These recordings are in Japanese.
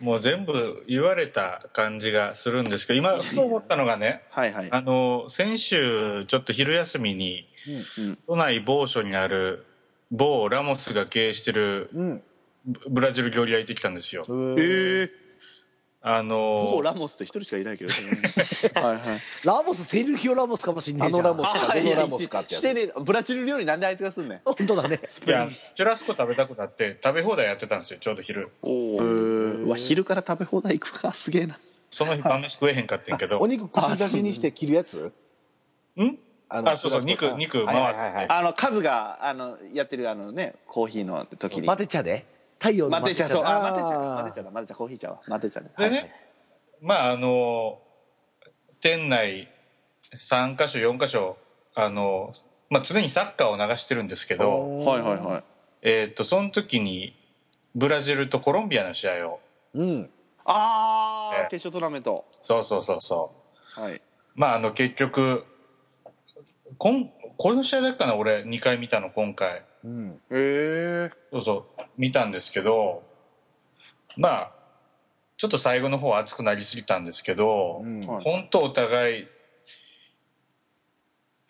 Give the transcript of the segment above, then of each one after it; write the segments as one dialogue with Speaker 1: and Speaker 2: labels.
Speaker 1: もう全部言われた感じがするんですけど今ふと思ったのがね
Speaker 2: はいはい。
Speaker 1: あの先週ちょっと昼休みに
Speaker 2: うん
Speaker 1: 都内某所にある某ラモスが経営してる
Speaker 3: うん。
Speaker 1: ブブラジル料理屋行ってきたんですよ
Speaker 3: え。ー
Speaker 2: ええ。
Speaker 1: あ
Speaker 2: もう
Speaker 1: の
Speaker 2: ラモスって一人しかいないけど。 はいはい。
Speaker 3: ラモス、セルヒオラモスかもしんね
Speaker 4: あ
Speaker 3: えじゃ
Speaker 4: の
Speaker 3: ん。
Speaker 4: ラモスか
Speaker 2: あ
Speaker 4: ど
Speaker 2: い
Speaker 4: の
Speaker 2: や
Speaker 4: ラモスかってや
Speaker 2: し
Speaker 4: つ
Speaker 2: てねえブラジル料理なんであいつがすんねん。
Speaker 3: 本当だね。
Speaker 1: いやチュラスコ食べたくなって食べ放題やってたんですよちょうど昼
Speaker 2: おお。うわ昼から食べ放題行くか すげえな。
Speaker 1: その日晩飯食えへんかってんけど
Speaker 4: お肉串刺しにして切るやつ
Speaker 1: ん
Speaker 4: あ
Speaker 1: あそうそう肉肉
Speaker 4: はいはいはいはい
Speaker 2: あのカズがあのやってるあのねコーヒーの時に。
Speaker 3: マテ茶で。太陽の
Speaker 2: マテ茶そう。あマテ茶
Speaker 4: あー
Speaker 2: マテ茶だマテ茶コーヒー茶はマテ茶だ。
Speaker 1: でね、まああの店内3か所4か所あの、まあ、常にサッカーを流してるんですけど、
Speaker 2: はいはいはい。
Speaker 1: えーっとその時にブラジルとコロンビアの試合を
Speaker 4: うん
Speaker 2: ああ
Speaker 1: ええ
Speaker 2: 決勝トーナメント。
Speaker 1: そうそうそうそう
Speaker 2: はい。
Speaker 1: まああの結局こんこれの試合だけかな俺2回見たの今回
Speaker 4: うん
Speaker 2: ええ。
Speaker 1: そうそう見たんですけどまあちょっと最後の方は熱くなりすぎたんですけど、
Speaker 4: うん
Speaker 2: はい
Speaker 1: 本当お互いフ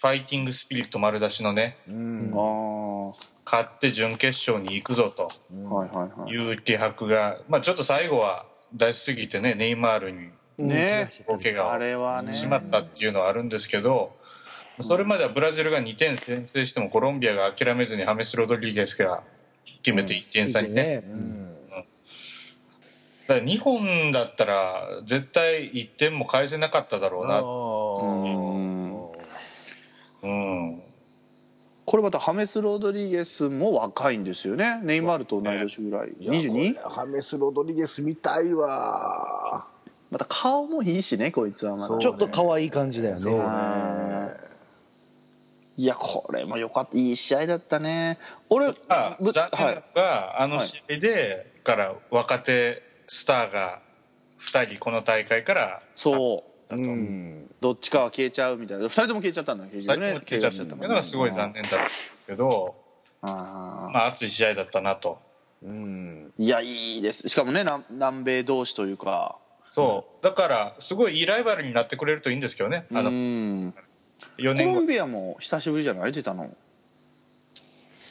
Speaker 1: ァイティングスピリット丸出しのね
Speaker 4: うん
Speaker 2: ああ。は
Speaker 1: 勝って準決勝に行くぞと
Speaker 2: いはいはいい。
Speaker 1: う気迫が、まあ、ちょっと最後は出しすぎてねネイマールに
Speaker 2: ね
Speaker 1: 大怪我
Speaker 2: あれ
Speaker 1: を
Speaker 2: は
Speaker 1: し
Speaker 2: ね
Speaker 1: てしまったっていうのはあるんですけど、それまではブラジルが2点先制してもコロンビアが諦めずにハメス・ロドリゲスが決めて1点差にね。
Speaker 4: うん
Speaker 1: だから日本だったら絶対1点も返せなかっただろう
Speaker 4: あ
Speaker 1: な、
Speaker 2: うん
Speaker 4: ー
Speaker 1: うん、
Speaker 2: これまたハメス・ロドリゲスも若いんですよねネイマールと同い年ぐらい
Speaker 4: いやこ
Speaker 2: 22?
Speaker 4: れハメス・ロドリゲス見たいわ
Speaker 2: また顔もいいしねこいつはまだ
Speaker 4: そう
Speaker 3: ちょっと可愛い感じだよ
Speaker 4: そう
Speaker 3: ね。
Speaker 2: あーいやこれもよかったいい試合だったね俺
Speaker 1: あ
Speaker 2: ぶ
Speaker 1: 残念なのが、あの
Speaker 2: はい
Speaker 1: 試合でから若手スターが2人この大会から
Speaker 2: そう
Speaker 4: うん
Speaker 2: どっちかは消えちゃうみたいな2人とも消えちゃったんだ結
Speaker 1: 2人
Speaker 2: 局
Speaker 1: とも
Speaker 2: ね
Speaker 1: 消えちゃったっていうのがすごい残念だったんですけど、
Speaker 2: あ
Speaker 1: まあ、熱い試合だったなと
Speaker 4: うん
Speaker 2: ーいやいいですしかもね南南米同士というか
Speaker 1: そうだからすごいいいライバルになってくれるといいんですけどねあ
Speaker 2: う
Speaker 1: の
Speaker 2: ん
Speaker 1: 4
Speaker 2: コ
Speaker 1: 年
Speaker 2: ロ
Speaker 1: 後
Speaker 2: ンビアも久しぶりじゃない出たの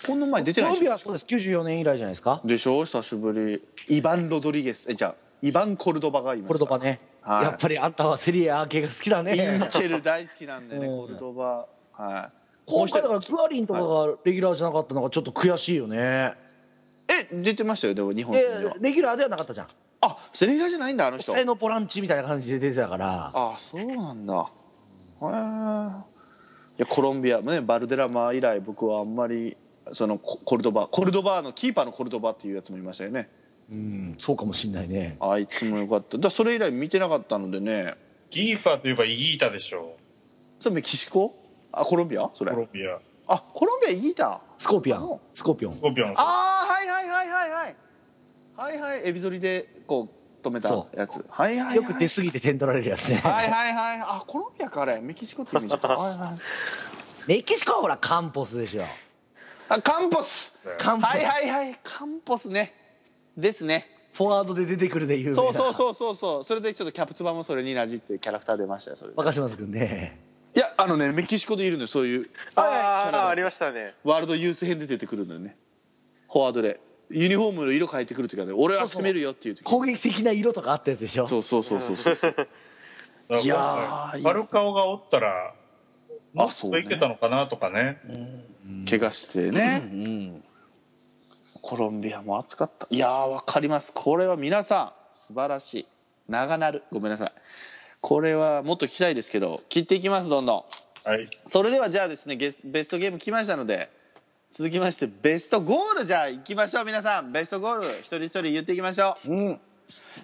Speaker 2: この前出て
Speaker 3: コ
Speaker 2: ない
Speaker 3: ロ
Speaker 2: でしょ
Speaker 3: ンビアはそうです。94年以来じゃないですか。
Speaker 2: でしょ久しぶりイバン・ロドリゲスえじゃあイバン・コルドバがいます
Speaker 3: コルドバね。
Speaker 2: はい
Speaker 3: やっぱりあんたはセリエ A 系が好きだ
Speaker 2: イン
Speaker 3: ね。
Speaker 2: チェル大好きなんでね
Speaker 3: うん
Speaker 2: コルドバはい
Speaker 3: 今回だから
Speaker 2: もう一
Speaker 3: クアリンとかがレギュラーじゃなかったのがちょっと悔しいよね。
Speaker 2: 人え出てましたよでも日本
Speaker 3: で
Speaker 2: 戦では
Speaker 3: レギュラーではなかったじゃん。
Speaker 2: あセリフじゃないんだあの人
Speaker 3: 抑えのボランチみたいな感じで出てたから。
Speaker 2: あそうなんだへえいやコロンビアもねバルデラマ以来僕はあんまりそのココルドバコルドバのキーパーのコルドバっていうやつもいましたよね
Speaker 3: うん、そうかもしんないね。
Speaker 2: あいつもよかっただからそれ以来見てなかったのでね
Speaker 1: キーパーといえばイギータでしょ
Speaker 2: それメキシコあコロンビアそれ
Speaker 1: コロンビア
Speaker 2: あコロンビアイギータ
Speaker 3: スコーピオ
Speaker 2: あ
Speaker 3: ン
Speaker 2: の。
Speaker 3: スコーピオン。
Speaker 1: スコーピオンズ
Speaker 2: ああはいはいはいはいはいはいはいエビ反りでこう止めた
Speaker 3: そ
Speaker 2: やつはいはいはい
Speaker 3: よく出過ぎて点取られるやつね。
Speaker 2: はいはいはいあコロンビアかあれメキシコって意味じゃんはいはい
Speaker 3: メキシコはほらカンポスでしょ。
Speaker 2: あカンポス
Speaker 3: カンポス。
Speaker 2: はいはいはいカンポスねですね
Speaker 3: フォワードで出てくるで有名な。
Speaker 2: そうそう
Speaker 3: う。
Speaker 2: そうそうそうそれでちょっとキャプツバもそれになじってキャラクター出ましたよそれで
Speaker 3: 若島津くんね。
Speaker 2: いやあのねメキシコでいるのよそういう
Speaker 5: あ
Speaker 2: キャラ
Speaker 5: あ、
Speaker 2: が
Speaker 5: ありましたね。
Speaker 2: ワールドユース編で出てくるのよねフォワードでユニフォームの色変えてくる時はね俺は攻めるよっていう時
Speaker 3: 攻撃的な色とかあったやつでしょ。
Speaker 2: そうそうそうそうそう
Speaker 1: だ
Speaker 2: い
Speaker 1: か
Speaker 2: や
Speaker 1: ら
Speaker 2: ーいいですね
Speaker 1: ファルカオがおったらも
Speaker 2: あ
Speaker 1: っ
Speaker 2: そう
Speaker 1: と
Speaker 2: ね
Speaker 1: いけたのかなとかね
Speaker 2: 怪我してね、
Speaker 4: うん
Speaker 2: コロンビアも暑かったいやーわかりますこれは皆さん素晴らしい長なるごめんなさいこれはもっと聞きたいですけど切っていきますどんどん
Speaker 1: はい
Speaker 2: それではじゃあですねゲスベストゲーム来ましたので続きましてベストゴールじゃあ行きましょう皆さんベストゴール一人一人言っていきましょう
Speaker 4: うん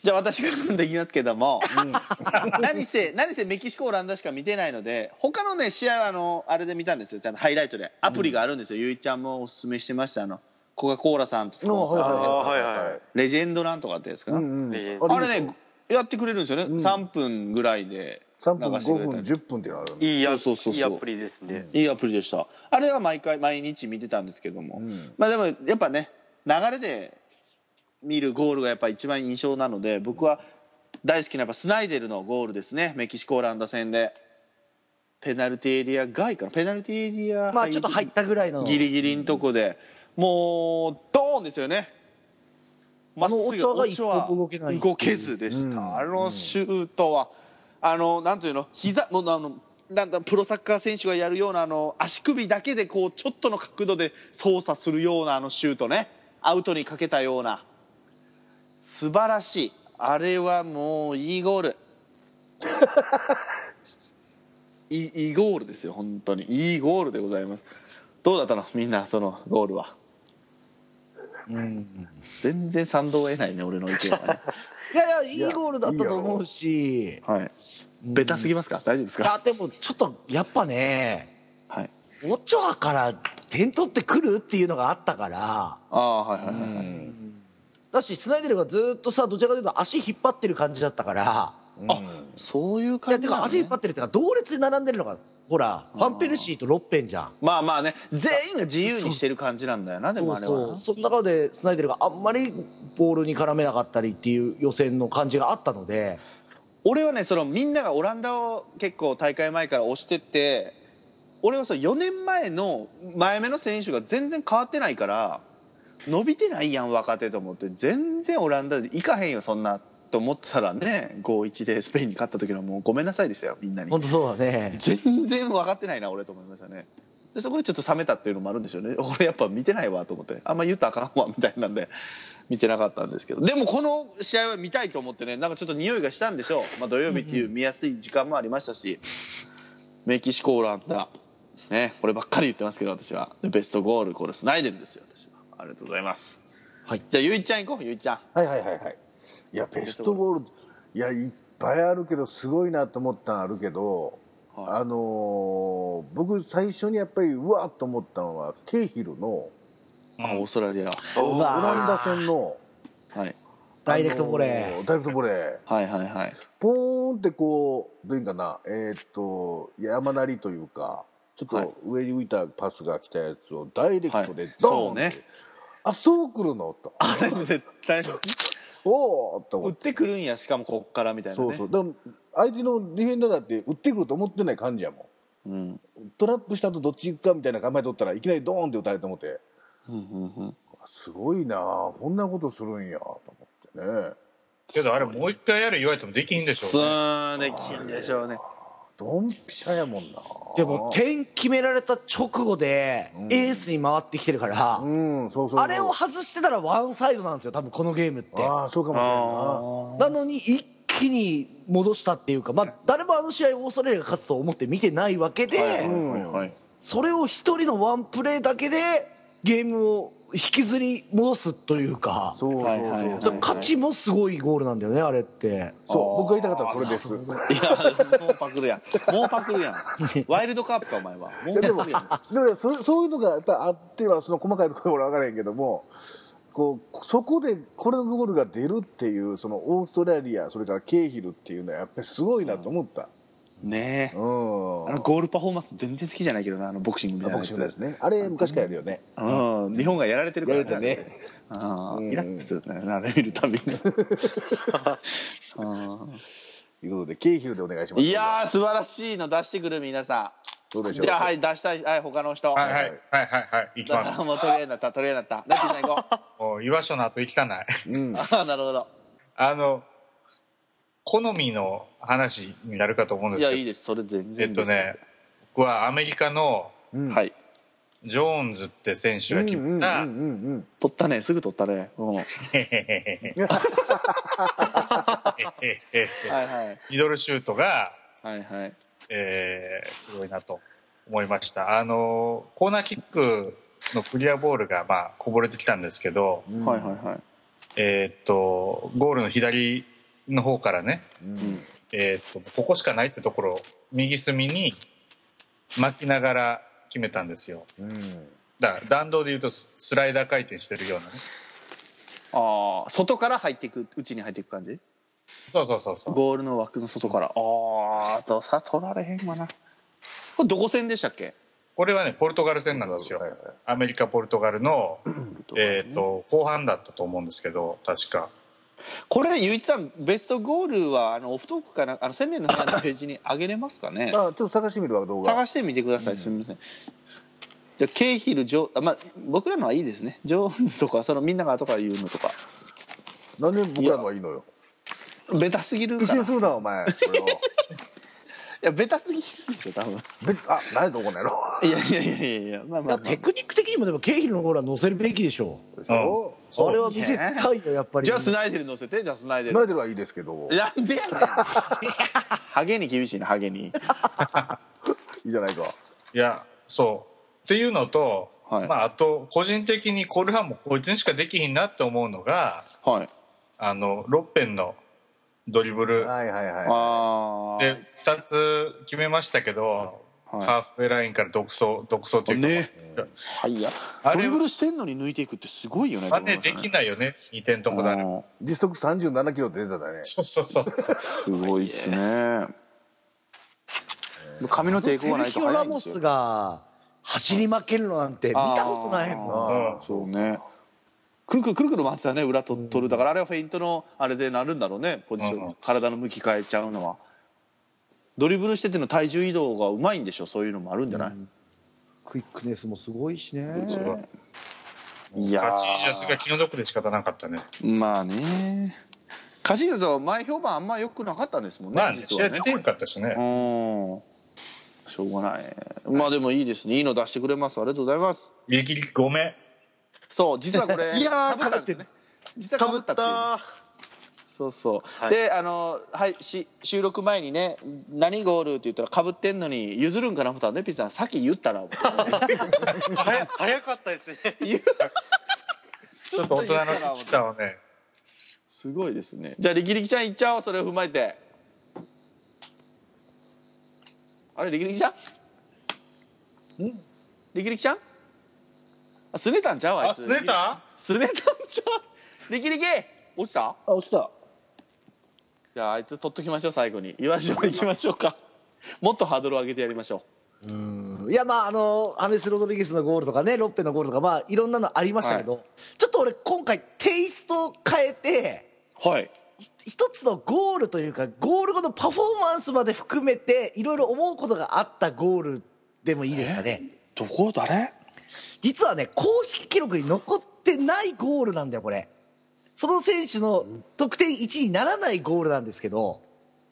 Speaker 2: じゃあ私からできますけども、 何せ何せメキシコオランダしか見てないので他のね試合はあのあれで見たんですよちゃんとハイライトでアプリがあるんですよ、ゆいちゃんもおすすめしてましたあのコカ・コーラさんとスポンサーで
Speaker 5: ああ、はいはい。
Speaker 2: レジェンドなんとかってやつかな、
Speaker 4: うん
Speaker 5: え
Speaker 4: うん
Speaker 2: あれねやってくれるんですよね、
Speaker 4: ん
Speaker 2: 3分ぐらいで
Speaker 4: 3分
Speaker 2: 流してくれ
Speaker 4: 5
Speaker 2: た
Speaker 4: 分
Speaker 2: り
Speaker 4: 10分っていうのがあるね
Speaker 5: いいや、
Speaker 2: そうそうそうそう
Speaker 5: いいアプリですね。
Speaker 2: いいアプリでしたあれは毎回毎日見てたんですけども、
Speaker 4: うん
Speaker 2: まあでもやっぱね流れで見るゴールがやっぱ一番印象なので僕は大好きなやっぱスナイデルのゴールですねメキシコオランダ戦でペナルティーエリア外かなペナルティーエリア
Speaker 3: まあちょっと入ったぐらいの
Speaker 2: ギリギリのとこでもうドーンですよねまっす
Speaker 3: あ
Speaker 2: ぐ
Speaker 3: のオ
Speaker 2: オ
Speaker 3: チ
Speaker 2: チョ
Speaker 3: ョアが一
Speaker 2: は
Speaker 3: 歩も動けない
Speaker 2: 動けずでした、
Speaker 4: うん
Speaker 2: あのシュートはあのなんというの膝もうあのなんだプロサッカー選手がやるようなあの足首だけでこうちょっとの角度で操作するようなあのシュートねアウトにかけたような素晴らしいあれはもういいゴール いいいいゴールですよ本当にいいゴールでございますどうだったのみんなそのゴールは
Speaker 3: うん
Speaker 2: 全然賛同を得ないね俺の意見はね
Speaker 3: いやいやいいゴールだったと思うし
Speaker 2: はい
Speaker 3: うん
Speaker 2: ベタすぎますか大丈夫です
Speaker 3: い
Speaker 2: か
Speaker 3: やでもちょっとやっぱね
Speaker 2: はい
Speaker 3: オチョアから点取ってくるっていうのがあったから
Speaker 2: ああはいはいは
Speaker 4: う
Speaker 2: い、はい
Speaker 4: ん
Speaker 3: だしスナイデルがずっとさどちらかというと足引っ張ってる感じだったから
Speaker 4: うん
Speaker 2: そういう
Speaker 3: いや
Speaker 2: 感
Speaker 3: て
Speaker 2: じ
Speaker 3: か
Speaker 2: なの、
Speaker 3: 足
Speaker 2: ね
Speaker 3: 引っ、張ってるっていうか同列に並んでるのがほらファンペルシーとロッペンじゃん
Speaker 2: まあまあね全員が自由にしてる感じなんだよなで
Speaker 3: そ
Speaker 2: もあ
Speaker 3: う
Speaker 2: れはな
Speaker 3: そうその中でスナイデルがあんまりボールに絡めなかったりっていう予選の感じがあったので
Speaker 2: 俺はねそのみんながオランダを結構大会前から推してって俺はその4年前の前目の選手が全然変わってないから伸びてないやん若手と思って全然オランダでいかへんよそんなと思ってたらね5-1でスペインに勝った時のもうごめんなさいでしたよみんなに
Speaker 3: 本当そうだね
Speaker 2: 全然分かってないな俺と思いましたねでそこでちょっと冷めたっていうのもあるんでしょうね 俺やっぱ見てないわと思ってあんま言ったらあかんわみたいなんで見てなかったんですけどでもこの試合は見たいと思ってねなんかちょっと匂いがしたんでしょう、まあ、土曜日っていう見やすい時間もありましたしメキシコオランダねこればっかり言ってますけど私はでベストゴールこれスナイデルですよ私はありがとうございます
Speaker 3: はい
Speaker 2: じゃあゆいちゃん行こうゆいちゃん
Speaker 4: はいはいはいはいいやベストボールいやいっぱいあるけどすごいなと思ったのあるけど、
Speaker 2: は
Speaker 4: あのー僕最初にやっぱりうわっと思ったのはケイヒルのオ
Speaker 2: あオーストラリア、
Speaker 5: お
Speaker 3: うわ
Speaker 4: ランダ戦の
Speaker 2: はい、
Speaker 3: ダイレクトボレ
Speaker 4: あの
Speaker 3: ー
Speaker 4: ダイレクトボレー
Speaker 2: はいはいはい
Speaker 4: ポーンってこうどういうんかなえーっと山なりというかちょっ
Speaker 2: はい
Speaker 4: と上に浮いたパスが来たやつをダイレクト
Speaker 2: は
Speaker 4: で
Speaker 2: い
Speaker 4: ドー
Speaker 2: そう
Speaker 4: ンって、
Speaker 2: ね
Speaker 4: あそう来るのと
Speaker 2: あれ絶対
Speaker 4: おおと思
Speaker 2: 打
Speaker 4: っ
Speaker 2: っててくるんやしかもこっからみたいな
Speaker 4: そ
Speaker 2: ね
Speaker 4: うそうでも相手のディフェンダーだって打ってくると思ってない感じやもん
Speaker 2: うん
Speaker 4: トラップしたとどっち行くかみたいな構えとったらいきなりドーンって打たれて思って
Speaker 2: うんうんうん
Speaker 4: すごいなあこんなことするんやと思ってね
Speaker 1: けどあれもう一回やれ言われてもできひんでし
Speaker 2: そ
Speaker 1: ょうね、
Speaker 2: うできんでしょうね
Speaker 4: ドンピシャやもんな
Speaker 3: でも点決められた直後で
Speaker 4: うん
Speaker 3: エースに回ってきてるから、
Speaker 4: うんそうそうそう
Speaker 3: あれを外してたらワンサイドなんですよ多分このゲームって
Speaker 4: ああそうかもしれんな
Speaker 3: なのに一気に戻したっていうか、まあ、誰もあの試合オーストラリアが勝つと思って見てないわけで、
Speaker 2: はいはい
Speaker 3: それを一人のワンプレーだけでゲームを引きずり戻すというか
Speaker 4: そうそうそう、
Speaker 2: はいはいはい
Speaker 3: それ勝ちもすごいゴールなんだよねあれって
Speaker 4: そう僕が言いたかったのはそれです
Speaker 2: いやもうパクるやんもうパクるやんワイルドカープかお前はもう
Speaker 4: いや でも
Speaker 2: パクるやん
Speaker 4: でもそそういうのがやっぱあってはその細かいところは分からへんけどもこうそこでこれのゴールが出るっていうそのオーストラリアそれからケイヒルっていうのはやっぱりすごいなと思った、
Speaker 2: ねえ
Speaker 4: うん
Speaker 2: あのゴールパフォーマンス全然好きじゃないけどなあのボクシングみたいなや
Speaker 4: ボク
Speaker 2: つ
Speaker 4: シングですねあれ昔からやるよね
Speaker 2: うん日本がやられてるから
Speaker 4: やられてね
Speaker 2: ああ
Speaker 4: うん
Speaker 2: イラッとするねあれ見るたびにうん
Speaker 4: ということでケイヒルでお願いします
Speaker 2: いやー素晴らしいの出してくる皆さ
Speaker 4: どうで
Speaker 2: ん
Speaker 4: しょう
Speaker 2: じゃあはい出したいはい他の人
Speaker 1: はいはいはいはいはい行き
Speaker 2: だ
Speaker 1: ま
Speaker 2: か
Speaker 1: す
Speaker 2: らもう取り合いになった取り合いになったラッキーさん行 こう
Speaker 1: もう岩所の後行きたない
Speaker 4: うん
Speaker 2: ああなるほど
Speaker 1: あの好みの話になるかと思うんで
Speaker 2: い
Speaker 1: す
Speaker 2: や
Speaker 1: けど
Speaker 2: いいですそれ全
Speaker 1: え
Speaker 2: 然い
Speaker 1: っ
Speaker 2: い
Speaker 1: と
Speaker 2: です
Speaker 1: ね僕はアメリカの
Speaker 4: うん
Speaker 2: はい
Speaker 1: ジョーンズって選手が決めた、
Speaker 4: うんうんうんうん
Speaker 2: 取ったねすぐ取ったねうんはい
Speaker 1: へへへへへへへへ
Speaker 2: はい
Speaker 1: ミドルシュートが、
Speaker 2: はいはい
Speaker 1: えーすごいなと思いました。あのーコーナーキックのクリアボールが、まあ、こぼれてきたんですけど、
Speaker 4: うん
Speaker 2: はいはいはい
Speaker 1: えーっと、ゴールの左の方からね、
Speaker 4: うん
Speaker 1: えーっと、ここしかないってところを右隅に巻きながら決めたんですよ。
Speaker 4: うん
Speaker 1: だから弾道で言うとススライダー回転してるようなね。
Speaker 2: ああ外から入っていくうちに入っていく感じ
Speaker 1: そうそうそうそう。
Speaker 2: ゴールの枠の外からああとさ取られへんわなこれどこ戦でしたっけ
Speaker 1: これはねポルトガル戦なんですよ、
Speaker 4: はいはい
Speaker 1: アメリカポルトガルの、えっ
Speaker 5: ー、
Speaker 1: と後半だったと思うんですけど確か
Speaker 2: これゆういちさんベストゴールはあのオフトークかなあの千年の部屋のページに上げれますか ね
Speaker 4: あちょっと探してみるわ動画
Speaker 2: 探してみてくださいすみません、じゃあケイヒルジョーあまあ僕らのはいいですねジョーンズとかそのみんなが後から言うのとか
Speaker 4: なんで僕らのはいいのよ
Speaker 2: ベタすぎる
Speaker 4: 一
Speaker 2: から
Speaker 4: 緒
Speaker 2: い
Speaker 4: にするなお 前それを
Speaker 2: やベタすぎるんですよ多分
Speaker 4: であ何やとこのやろ
Speaker 2: いやいやいやいやいやまあまあ、ま
Speaker 3: だか
Speaker 2: あ
Speaker 3: らテクニック的にもでもケイヒルのゴールは乗せるべきでしょ
Speaker 4: でしょ
Speaker 3: うあれは見せたいよやっぱり
Speaker 2: じゃあスナイデル乗せてじゃあスナイデ
Speaker 4: ス
Speaker 2: ル
Speaker 4: ナイデルはいいですけ
Speaker 2: な
Speaker 4: ど
Speaker 2: んでやねんハゲに厳しいなハゲに
Speaker 4: いいじゃないか
Speaker 1: いやそうっていうのと、
Speaker 2: はい
Speaker 1: まあ、あと個人的にコルハンもこいつにしかできひんなって思うのが
Speaker 2: はい
Speaker 1: あのロッペンのドリブル
Speaker 4: はいはいは
Speaker 2: あ
Speaker 1: で2つ決めましたけど、
Speaker 2: あ、はい、
Speaker 1: ハーフウェイラインから独走独走というか、
Speaker 2: ねはいいや
Speaker 1: あれは
Speaker 2: ドリブルしてんのに抜いていくってすごいよね
Speaker 1: 真似でき
Speaker 2: い
Speaker 1: ないよね2点とこだね
Speaker 4: い時速37キロ出てただね
Speaker 1: そうそうそうそう
Speaker 2: すごいですね髪の抵抗がないと
Speaker 3: セルヒオ・
Speaker 2: 早
Speaker 3: ラ
Speaker 2: いんで
Speaker 3: モ
Speaker 2: すよ
Speaker 3: スが走り負けるのなんて見たことないもん
Speaker 1: ん
Speaker 4: あー
Speaker 2: そうねくるくるくるくる回ってたね裏と取るだからあれはフェイントのあれでなるんだろうねポジション、
Speaker 1: うん
Speaker 2: 体の向き変えちゃうのはドリブルしてての体重移動がうまいんでしょそういうのもあるんじゃない、
Speaker 3: クイックネスもすごいしね
Speaker 2: いやー
Speaker 1: カチージャスが気の毒で仕方なかったね
Speaker 2: まあねカシーザスは前評判あんま良くなかったんですもんね、
Speaker 1: まあね
Speaker 2: 実
Speaker 1: 試
Speaker 2: は
Speaker 1: 合
Speaker 2: ね
Speaker 1: 出てよかったしね
Speaker 2: うんしょうがないまあでもいいですねいいの出してくれますありがとうございます
Speaker 1: 右利きごめん
Speaker 2: そう実はこ れ
Speaker 3: いやー
Speaker 2: 被ったんですね実は被ったっていうね、そうそう、
Speaker 5: はい
Speaker 2: であの、はい、し収録前にね「何ゴール?」って言ったらかぶってんのに譲るんかな思ったらねピッチさんさっき言ったら
Speaker 5: 早早かったですね。
Speaker 2: 言う
Speaker 1: ちょっと大人の危機さをね
Speaker 2: すごいですねじゃあ力力ちゃん行っちゃおうそれを踏まえてあれ力力ちゃん力力ちゃんあすねたんちゃうあい
Speaker 1: あ
Speaker 2: つ
Speaker 1: すねた
Speaker 2: すねたんちゃう力力落ちた
Speaker 4: あ落ちた
Speaker 2: じゃああいつ取っときましょう最後に岩城行きましょうかもっとハードルを上げてやりましょう
Speaker 3: いやまああのアメス・ロドリゲスのゴールとかねロッペのゴールとかまあいろんなのありましたけど、ちょっと俺今回テイストを変えて
Speaker 2: はい
Speaker 3: 一つのゴールというかゴール後のパフォーマンスまで含めていろいろ思うことがあったゴールでもいいですかね
Speaker 2: どこ誰
Speaker 3: 実はね公式記録に残ってないゴールなんだよこれその選手の得点1にならないゴールなんですけど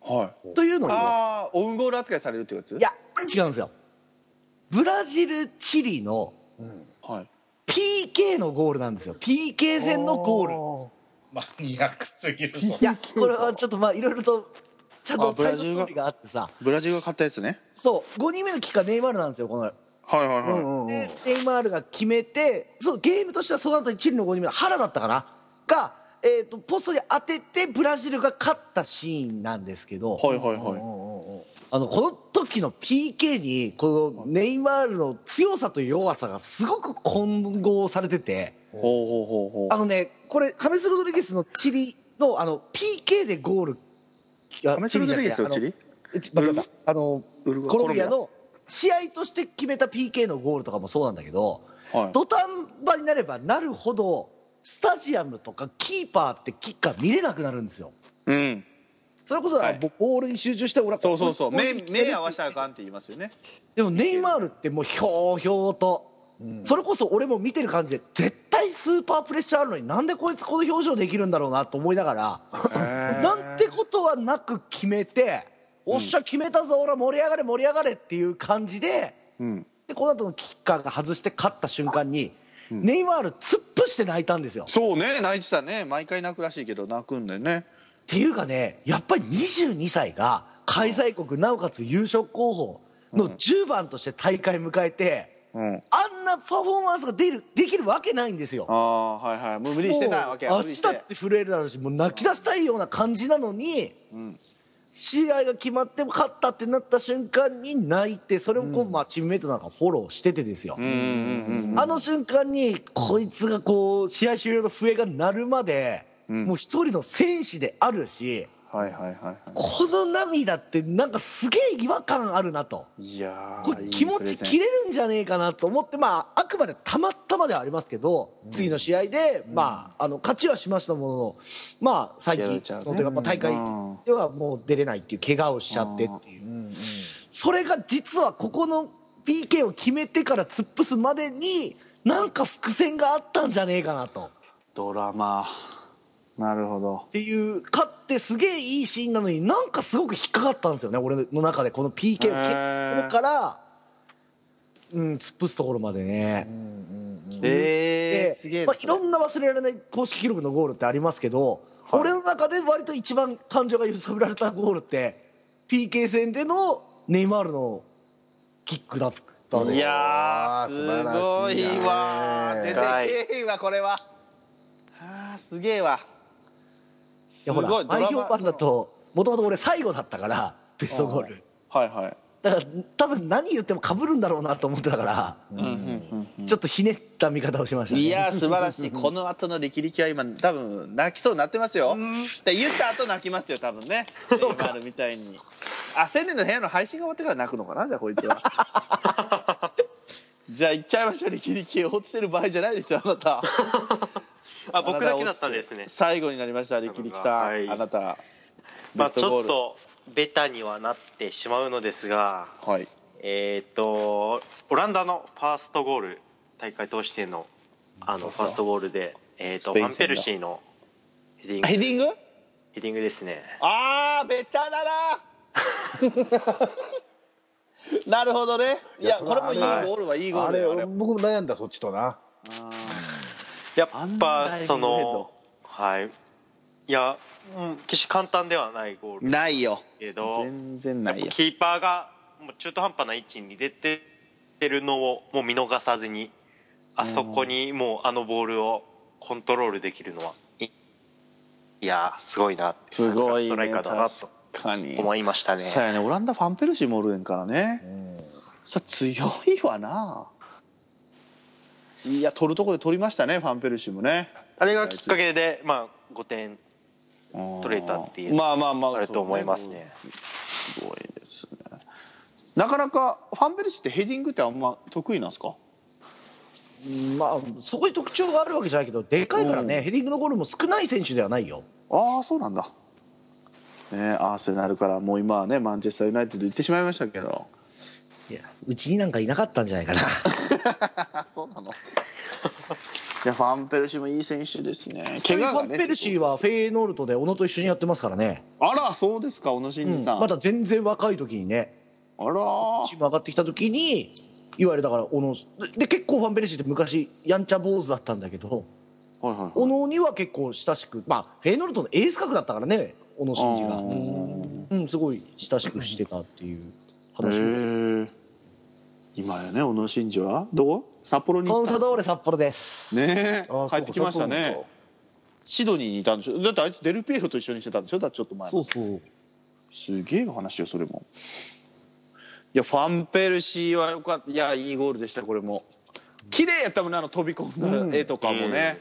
Speaker 2: はい
Speaker 3: というのも
Speaker 2: ああオウンゴール扱いされるってやつ
Speaker 3: いや違うんですよブラジルチリの
Speaker 2: はい
Speaker 3: PK のゴールなんですよ PK 戦のゴール
Speaker 1: マニアックすぎるぞ
Speaker 3: いやこれはちょっとまあいろいろとちゃん
Speaker 2: あ
Speaker 3: と
Speaker 2: ブ
Speaker 3: サイ
Speaker 2: ラ
Speaker 3: ド
Speaker 2: ジ
Speaker 3: ス
Speaker 2: ルが
Speaker 3: トーリーがあってさ
Speaker 2: ブラジルが勝ったやつね
Speaker 3: そう5人目のキッカーネイマールなんですよこの
Speaker 2: はいはいはい、
Speaker 4: うんうん
Speaker 3: でネイマールが決めてそうゲームとしてはその後にチリの5人目の原だったかなが、えー、とポストに当ててブラジルが勝ったシーンなんですけど、
Speaker 2: はいはいはい、
Speaker 3: あのこの時の PK にこのネイマールの強さと弱さがすごく混合されてて
Speaker 2: ほうほうほうほう
Speaker 3: あのねこれハメス・ロドリゲスのチリのあの PK でゴール
Speaker 2: ア
Speaker 3: ハ
Speaker 2: メリカリーですよチリ
Speaker 3: 間違えたあの
Speaker 2: ウルグアイ
Speaker 3: コロンビアの試合として決めた PK のゴールとかもそうなんだけど
Speaker 2: はい
Speaker 3: 土壇場になればなるほどスタジアムとかキーパーってキッカー見れなくなるんですよ
Speaker 2: うん
Speaker 3: それこそあ
Speaker 2: は
Speaker 3: の
Speaker 2: い
Speaker 3: ボボールに集中して俺は
Speaker 2: そうそうそう
Speaker 3: ここ
Speaker 2: 目
Speaker 3: に
Speaker 2: 目合わせたらあかんって言いますよね
Speaker 3: でもネイマールってもうひょうひょうと、それこそ俺も見てる感じで絶対スーパープレッシャーあるのになんでこいつこの表情できるんだろうなと思いながらなんてことはなく決めておっしゃ決めたぞ俺は盛り上がれ盛り上がれっていう感じで
Speaker 2: うん
Speaker 3: でこの後のキッカーが外して勝った瞬間にネイマール突っ伏して泣いたんですよ。
Speaker 2: そうね泣いてたね毎回泣くらしいけど泣くんだよね
Speaker 3: っていうかねやっぱり22歳が開催国なおかつ優勝候補の10番として大会迎えて、
Speaker 2: うん
Speaker 3: あんなパフォーマンスが出るできるわけないんですよ。
Speaker 2: ああはいはいもう無理してないわけ
Speaker 3: もう
Speaker 2: 無理し
Speaker 3: 足
Speaker 2: て
Speaker 3: だって震えるだろうしもう泣き出したいような感じなのに、
Speaker 2: ん
Speaker 3: 試合が決まっても勝ったってなった瞬間に泣いてそれをこう、まあ、チームメイトなんかフォローしててですよ、
Speaker 2: うんうんうん
Speaker 3: あの瞬間にこいつがこう試合終了の笛が鳴るまで、もう一人の戦士であるし、
Speaker 2: はいはいはいは
Speaker 3: この涙ってなんかすげえ違和感あるなと
Speaker 2: い。いやー
Speaker 3: これ気持ち切
Speaker 2: れ
Speaker 3: れるんじゃねえかなと思ってまああくまでたまたまではありますけど次の試合でまああの勝ちはしましたもののまあ最
Speaker 2: やられ
Speaker 3: 近
Speaker 2: ちゃうね
Speaker 3: そのというかまあ大会
Speaker 2: うん
Speaker 3: ではもう出れないっていう怪我をしちゃってっていうそれが実はここの PK を決めてから突っ伏すまでになんか伏線があったんじゃねえかなと。
Speaker 2: ドラマなるほど
Speaker 3: っていう勝ってすげえいいシーンなのになんかすごく引っかかったんですよね俺の中でこの PK を蹴
Speaker 2: へー
Speaker 3: るから、うん、突っ伏すところまでね。
Speaker 2: え
Speaker 3: で
Speaker 2: ー、すげえ
Speaker 3: まあ、いろんな忘れられない公式記録のゴールってありますけど、
Speaker 2: はい
Speaker 3: 俺の中で割と一番感情が揺さぶられたゴールって PK 戦でのネイマールのキックだった
Speaker 2: い
Speaker 3: で
Speaker 2: やーすごいわー
Speaker 4: 素晴らしいね
Speaker 2: 出てけえわこれはあーすげえわす
Speaker 3: いやほら
Speaker 2: ごいド
Speaker 3: 前
Speaker 2: ラ
Speaker 3: 評
Speaker 2: マ
Speaker 3: 判だともともと俺最後だったからベストゴール
Speaker 2: はいはい
Speaker 3: だから多分何言っても被るんだろうなと思ってたから、
Speaker 2: うんうんうん
Speaker 3: ちょっとひねった見方をしました、ね、
Speaker 2: いやー素晴らしいこの後の力力は今多分泣きそうになってますよで言った後泣きますよ多分ねそうかるみたいにあ千年の部屋の配信が終わってから泣くのかなじゃあこいつは じゃあ行っちゃいましょう力力落ちてる場合じゃないですよあなた
Speaker 5: あ僕だけだったんですね
Speaker 2: 最後になりました力力さん、
Speaker 5: はい
Speaker 2: あなた
Speaker 5: ま
Speaker 2: ベ
Speaker 5: あ
Speaker 2: ス
Speaker 5: ち
Speaker 2: トゴー
Speaker 5: ょっ
Speaker 2: ル、
Speaker 5: とベタにはなってしまうのですが
Speaker 2: はい
Speaker 5: えっ、とオランダのファーストゴール大会通してのあのファーストゴールで、えー、と
Speaker 2: スペイン
Speaker 5: フ
Speaker 2: 戦だ
Speaker 5: ァンペルシーのヘディング
Speaker 2: ヘディング
Speaker 5: ヘディングですね
Speaker 2: ああベタだ ななるほどねいや
Speaker 4: いやそれ
Speaker 2: これもいいゴ
Speaker 4: あれ
Speaker 2: ールはいいゴー
Speaker 4: あ
Speaker 2: ルだ
Speaker 4: れ
Speaker 2: よあれ
Speaker 4: 僕も悩んだそっちとな
Speaker 5: や
Speaker 2: あ
Speaker 5: っ
Speaker 2: んな
Speaker 5: ぱ
Speaker 2: ダイビング
Speaker 5: そ
Speaker 2: ヘッド
Speaker 5: のはいいや、うん、決して簡単ではないゴールだ
Speaker 2: ないよ
Speaker 5: けど
Speaker 2: 全然ないよ
Speaker 5: キーパーがもう中途半端な位置に出てるのをもう見逃さずにあそこにもうあのボールをコントロールできるのはいいやーすごいなって
Speaker 2: すごい、ね、
Speaker 5: さすがストライカーだなと
Speaker 2: 確かに
Speaker 5: 思いましたね
Speaker 2: そうやねオランダファンペルシーもおるねんからね、さ強いわないや取るとこで取りましたねファンペルシーもね
Speaker 5: あれがきっかけで、まあ、5点
Speaker 2: 取
Speaker 5: 取れたっていう
Speaker 2: まあまあまあ
Speaker 5: あると思いますね
Speaker 2: そうねすごいですねなかなかファンペルシーってヘディングってあんま得意なんですか
Speaker 3: まあそこに特徴があるわけじゃないけどでかいからね、ヘディングのゴールも少ない選手ではないよ
Speaker 2: ああそうなんだねアーセナルからもう今はねマンチェスターユナイテッド行ってしまいましたけど
Speaker 3: いやうちになんかいなかったんじゃないか な
Speaker 2: あそうなの いやファンペルシーもいい選手ですね
Speaker 3: フ
Speaker 2: 怪我
Speaker 3: ァ
Speaker 2: が
Speaker 3: ン
Speaker 2: ね
Speaker 3: ペルシーはフェイノールトで小野と一緒にやってますからね、
Speaker 2: あらそうですか小野伸二さん、
Speaker 3: まだ全然若い時にね
Speaker 2: あらー
Speaker 3: チーム上がってきた時にいわゆるだから小野でで結構ファンペルシーって昔やんちゃ坊主だったんだけど
Speaker 2: はいはい
Speaker 3: 小野には結構親しくまあフェイノールトのエース格だったからね小野伸二がうんすごい親しくしてたっていう
Speaker 2: はい
Speaker 3: 話も
Speaker 2: へえ今やね小野伸二はどこ札幌に
Speaker 3: コ
Speaker 2: 行っ
Speaker 3: ン
Speaker 2: た
Speaker 3: サドーレ札幌です
Speaker 2: ねえ
Speaker 3: あそう
Speaker 2: 帰っ
Speaker 3: か
Speaker 2: てきましたねシドニーにいたんでしょだってあいつデルピエロと一緒にしてたんでしょだってちょっと前
Speaker 3: そうそう
Speaker 2: すげえ話よそれもいやファンペルシーはよかったいやいいゴールでしたこれも綺麗やったもんねあの飛び込んだ絵とかもね、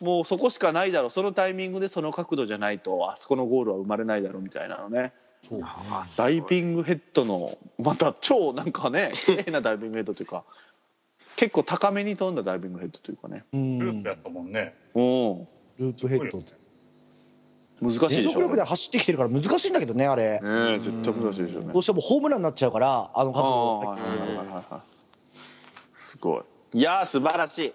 Speaker 2: もうそこしかないだろうそのタイミングでその角度じゃないとあそこのゴールは生まれないだろうみたいなのねダイビングヘッドのまた超なんかね 綺麗なダイビングヘッドというか結構高めに飛んだダイビングヘッドというかね
Speaker 3: うん
Speaker 1: ループやったもんね。
Speaker 2: うん
Speaker 3: ループヘッドって
Speaker 2: 難しい
Speaker 3: 全
Speaker 2: でし
Speaker 3: 速
Speaker 2: ょ
Speaker 3: 力で走ってきてるから難しいんだけどねあ
Speaker 2: ね
Speaker 3: れ
Speaker 2: え絶対難しいでしょうね
Speaker 3: どうしてもホームランになっちゃうからあの角度
Speaker 2: あーはい
Speaker 3: 入って
Speaker 2: はいはいはいはいすごいいやー素晴らしい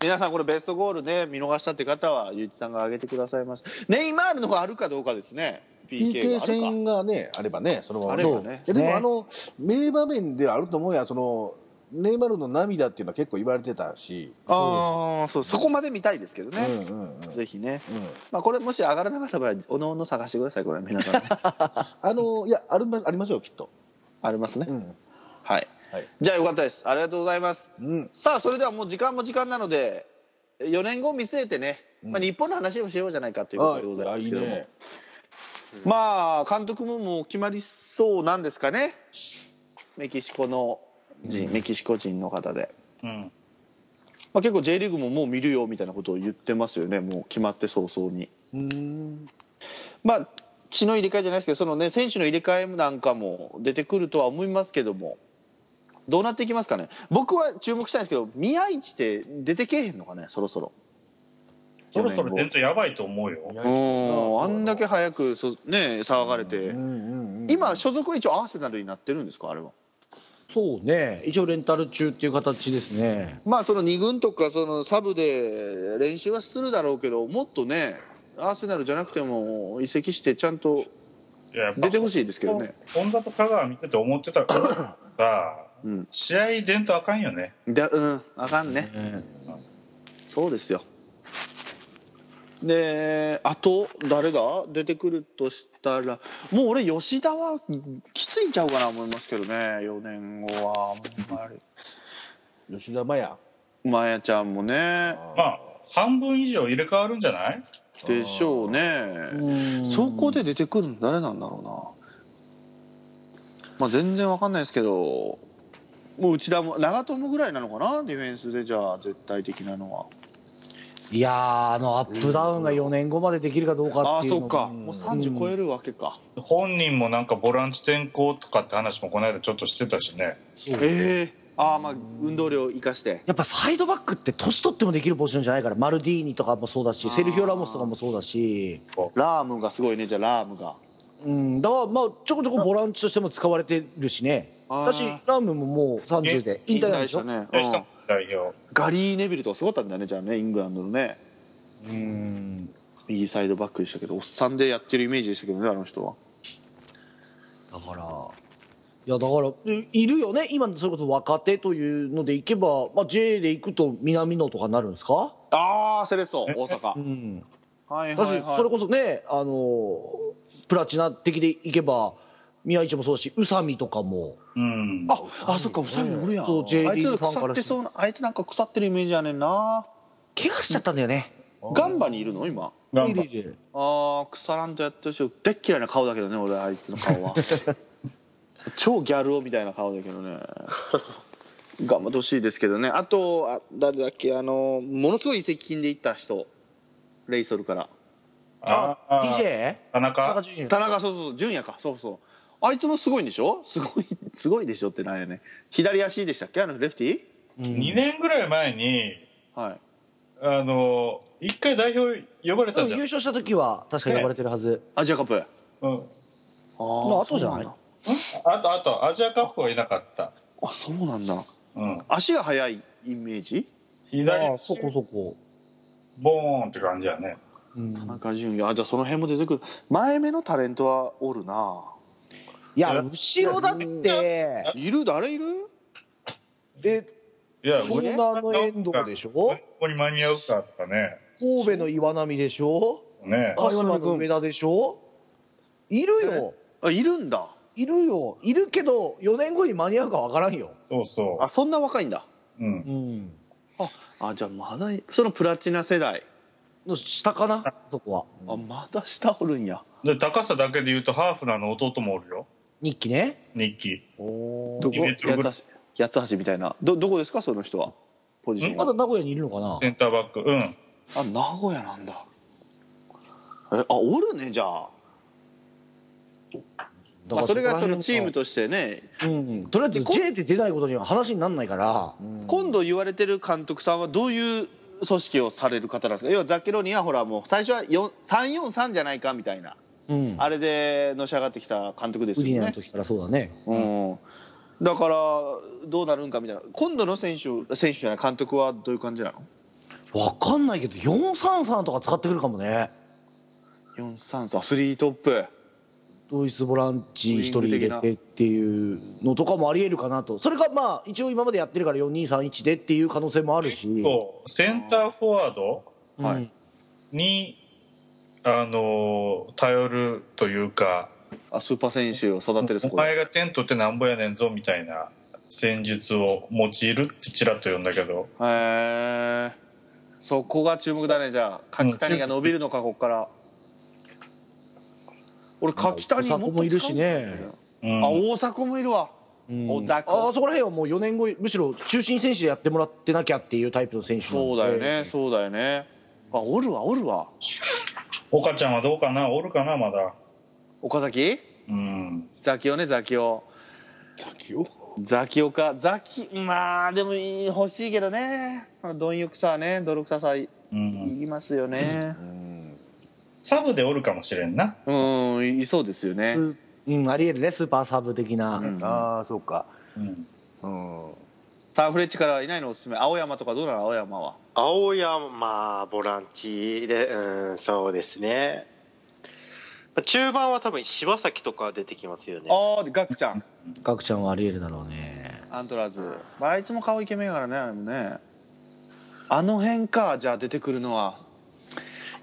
Speaker 2: 皆さんこれベストゴールね見逃したって方はゆういちさんが挙げてくださいましたネイマールの方あるかどうかですね PK
Speaker 4: PK
Speaker 2: があるか
Speaker 4: 戦がねあればねそのまま
Speaker 2: あ
Speaker 4: ね
Speaker 2: ればね
Speaker 4: いやで
Speaker 3: ね
Speaker 4: もあの名場面ではあると思うやそのネイマールの涙っていうのは結構言われてたし、
Speaker 2: ああそうそこまで見たいですけど
Speaker 4: うんうん
Speaker 2: ね、
Speaker 4: うん
Speaker 2: ぜひね、
Speaker 4: うん、
Speaker 2: まあ、これもし上がらなかった場合おのおの探してくださいこれは皆さん、ね、
Speaker 4: あのいやあるまありますよきっと、
Speaker 2: ありますね、
Speaker 4: うん
Speaker 2: はい、
Speaker 4: はい
Speaker 2: じゃあよかったですありがとうございます
Speaker 4: うん、
Speaker 2: さあそれではもう時間も時間なので4年後を見据えてね、まあ、日本の話をしようじゃないかということでござい
Speaker 4: あ
Speaker 2: ます
Speaker 4: いい
Speaker 2: けども、
Speaker 4: ね
Speaker 2: まあ監督ももう決まりそうなんですかねメキシコの人、メキシコ人の方で、
Speaker 1: うん。
Speaker 2: まあ、結構 J リーグももう見るよみたいなことを言ってますよねもう決まって早々にまあ、血の入れ替えじゃないですけど、そのね、選手の入れ替えなんかも出てくるとは思いますけども、どうなっていきますかね、僕は注目したいんですけど、宮市って出てけえへんのかね、そろそろ。
Speaker 1: そろそろ伝統やばいと思うよ
Speaker 4: いや
Speaker 2: うんあんだけ早くそ、ね、騒がれて、今、所属は一応合わせたになってるんですか、あれは。
Speaker 3: そうね一応レンタル中っていう形ですね
Speaker 2: まあその2軍とかそのサブで練習はするだろうけどもっとねアーセナルじゃなくても移籍してちゃんと
Speaker 1: いややっぱ
Speaker 2: 出てほしいですけどね、
Speaker 1: 本田と香川見てて思ってたけどさあ
Speaker 2: うん
Speaker 1: 試合伝統あかんよね
Speaker 2: だうんあかんねそうですよであと誰が出てくるとしたらもう俺吉田はきついんちゃうかな思いますけどね4年後はあんまり
Speaker 4: 吉田麻也
Speaker 2: まやちゃんもね
Speaker 1: まあ半分以上入れ替わるんじゃない
Speaker 2: でしょうねそこで出てくるの誰なんだろうな、まあ、全然わかんないですけどもう内田も長友ぐらいなのかなディフェンスでじゃあ絶対的なのはい
Speaker 3: やーあのアップダウンが4年後までできるかどうか
Speaker 2: あ
Speaker 3: っ
Speaker 2: あ
Speaker 3: ていう
Speaker 2: そ
Speaker 3: の
Speaker 2: っか
Speaker 3: も
Speaker 2: もう30超えるわけか、
Speaker 1: 本人もなんかボランチ転向とかって話もこの間ちょっとしてたしね
Speaker 2: ええああまあ運動量生かして
Speaker 3: やっぱサイドバックって年取ってもできるポジションじゃないからマルディーニとかもそうだしセルヒオ・ラモスとかもそうだし、
Speaker 2: ラームがすごいねじゃあラームが
Speaker 3: うん、だからまあちょこちょこボランチとしても使われてるしね
Speaker 2: あー
Speaker 3: だしラムももう30で引退なんでしょ
Speaker 2: 引退
Speaker 1: で
Speaker 2: し
Speaker 1: したか
Speaker 2: ね
Speaker 1: も、代表
Speaker 2: うんガリー・ネビルとかすごかったんだよねじゃあねイングランドのね
Speaker 3: うん
Speaker 2: 右サイドバックでしたけどおっさんでやってるイメージでしたけどねあの人は
Speaker 3: だからいやだからいいるよね今それこそ若手というのでいけば、まあ、J で行くと南野とかになるんですか、
Speaker 2: ああセレッソ大阪
Speaker 3: うん、
Speaker 2: はい
Speaker 3: だ
Speaker 2: は
Speaker 3: し
Speaker 2: いはい
Speaker 3: それこそねあのプラチナ的でいけば宮市もそうだし宇佐美とかも
Speaker 1: うん
Speaker 2: あ、あ、そっか、ウサミおるやん。
Speaker 3: そう J
Speaker 2: あい
Speaker 3: リー
Speaker 2: つ
Speaker 3: グファン
Speaker 2: 腐
Speaker 3: か
Speaker 2: っ
Speaker 3: ら
Speaker 2: て
Speaker 3: して
Speaker 2: そうな、あいつなんか腐ってるイメージやねんな。
Speaker 3: 怪我しちゃったんだよね
Speaker 2: ガンバにいるの今。
Speaker 1: ガンバ
Speaker 3: いるいる
Speaker 2: ああ、腐らんとやってるし、でっ嫌いな顔だけどね、俺、あいつの顔 は。超ギャル男みたいな顔だけど ね。頑張ってほしいですけどね。あと、あ誰だっけ、あの、ものすごい移籍金で行った人。レイソルから。
Speaker 3: あ TJ?
Speaker 1: 田
Speaker 3: 田中
Speaker 1: 中
Speaker 3: 純也
Speaker 2: 田中、そうそう、純也か、そうそう。あいつもすごいんでしょすごい、すごいでしょってなんやね。左足でしたっけあの、レフティ
Speaker 1: 2年ぐらい前に
Speaker 2: はい。
Speaker 1: あの一回代表呼ばれ
Speaker 3: 多
Speaker 1: た
Speaker 3: 分
Speaker 1: じゃん
Speaker 3: 優勝した時は確か呼ばれてるはず、
Speaker 2: アジアカップ。
Speaker 1: うん
Speaker 2: あ
Speaker 3: まあ後じゃない
Speaker 1: あとあとアジアカップはいなかった
Speaker 2: あそうなんだ
Speaker 1: うん
Speaker 2: 足が速いイメージ
Speaker 1: 左
Speaker 3: ああそこそこ、
Speaker 1: ボーンって感じやね
Speaker 3: うん
Speaker 2: なんか順位あじゃあその辺も出てくる前目のタレントはおるない
Speaker 3: や後ろだって
Speaker 2: いる誰いる
Speaker 3: で
Speaker 1: いや
Speaker 3: 湘
Speaker 1: 俺
Speaker 3: 南の遠藤でしょ
Speaker 1: ここに間に合うかとかね
Speaker 3: 神戸の岩波でしょ
Speaker 1: ね
Speaker 3: 鹿島の梅田でしょいるよ
Speaker 2: あいるんだ
Speaker 3: いるよいるけど4年後に間に合うかわからんよ、
Speaker 1: そうそ
Speaker 2: あそんな若いんだ
Speaker 1: ううん
Speaker 3: うん、
Speaker 2: あじゃあまだいそのプラチナ世代
Speaker 3: の下かなそこは
Speaker 2: あまだ下おるんや
Speaker 1: で高さだけで言うとハーフなの弟もおるよ
Speaker 3: 日記ね
Speaker 1: 日記
Speaker 2: どこ
Speaker 1: イメ
Speaker 2: 八
Speaker 1: トロぐらい
Speaker 2: つ橋八つ橋みたいなどどこですかその人はポジション
Speaker 3: ま
Speaker 2: は
Speaker 3: だ名古屋にいるのかな
Speaker 1: センターバックうん
Speaker 2: あ名古屋なんだえあおるねじゃあ、まあ、それがそのチーム
Speaker 3: と、
Speaker 2: としてね
Speaker 3: うん、とりあえず J って出ないことには話にならないから、
Speaker 2: 今度言われてる監督さんはどういう組織をされる方なんですか要はザッケローニはほらもう最初はよん343じゃないかみたいな、
Speaker 3: うん、
Speaker 2: あれでのし上がってきた監督です
Speaker 3: ウリ
Speaker 2: よ
Speaker 3: ナの
Speaker 2: ね、
Speaker 3: 時からそうだね
Speaker 2: うん、だからどうなるんかみたいな今度の選手選手じゃない監督はどういう感じなの
Speaker 3: わかんないけど433とか使ってくるかもね
Speaker 2: 433スリートップ
Speaker 3: ドイツボランチ1人入れてっていうのとかもありえるかなとそれがまあ一応今までやってるから4231でっていう可能性もあるし
Speaker 1: そうセンターフォワード
Speaker 3: うん
Speaker 2: はい
Speaker 1: にあのー頼るというか
Speaker 2: あスーパー選手を育てるそ
Speaker 1: お
Speaker 2: こ
Speaker 1: 前
Speaker 2: で
Speaker 1: が点取ってなんぼやねんぞみたいな戦術を用いるってちらっと言うんだけど
Speaker 2: へえそこが注目だねじゃあ柿谷が伸びるのかここから俺柿谷
Speaker 3: お
Speaker 2: もっと使う
Speaker 3: 子もいるしね
Speaker 1: うん
Speaker 2: あ大迫もいるわ、大
Speaker 3: ああ
Speaker 2: 迫
Speaker 3: そこら辺はもう4年後むしろ中心選手でやってもらってなきゃっていうタイプの選手なんで
Speaker 2: そうだよね、そうだよねあおるわおるわ
Speaker 1: 岡ちゃんはどうかなおるかなまだ
Speaker 2: 岡崎
Speaker 1: うん
Speaker 2: ザキオねザキオ
Speaker 4: ザキオ
Speaker 2: ザキオかザキまあでもいい欲しいけどね貪欲さはね泥臭さい
Speaker 1: うん
Speaker 2: いますよね
Speaker 1: サブでおるかもしれんな
Speaker 2: うんいそうですよね
Speaker 3: すうん、ありえるねスーパーサブ的な、
Speaker 4: ああそうか
Speaker 1: うん
Speaker 4: うん
Speaker 2: サンフレッチェからいないのおすすめ青山とかどうなの青山は
Speaker 5: 青山ボランチでうんそうですね中盤は多分柴崎とか出てきますよね
Speaker 2: ああでガクちゃん
Speaker 3: ガクちゃんはありえるだろうね
Speaker 2: アントラーズ、まあ、あいつも顔イケメンやからねあれもねあの辺かじゃあ出てくるのは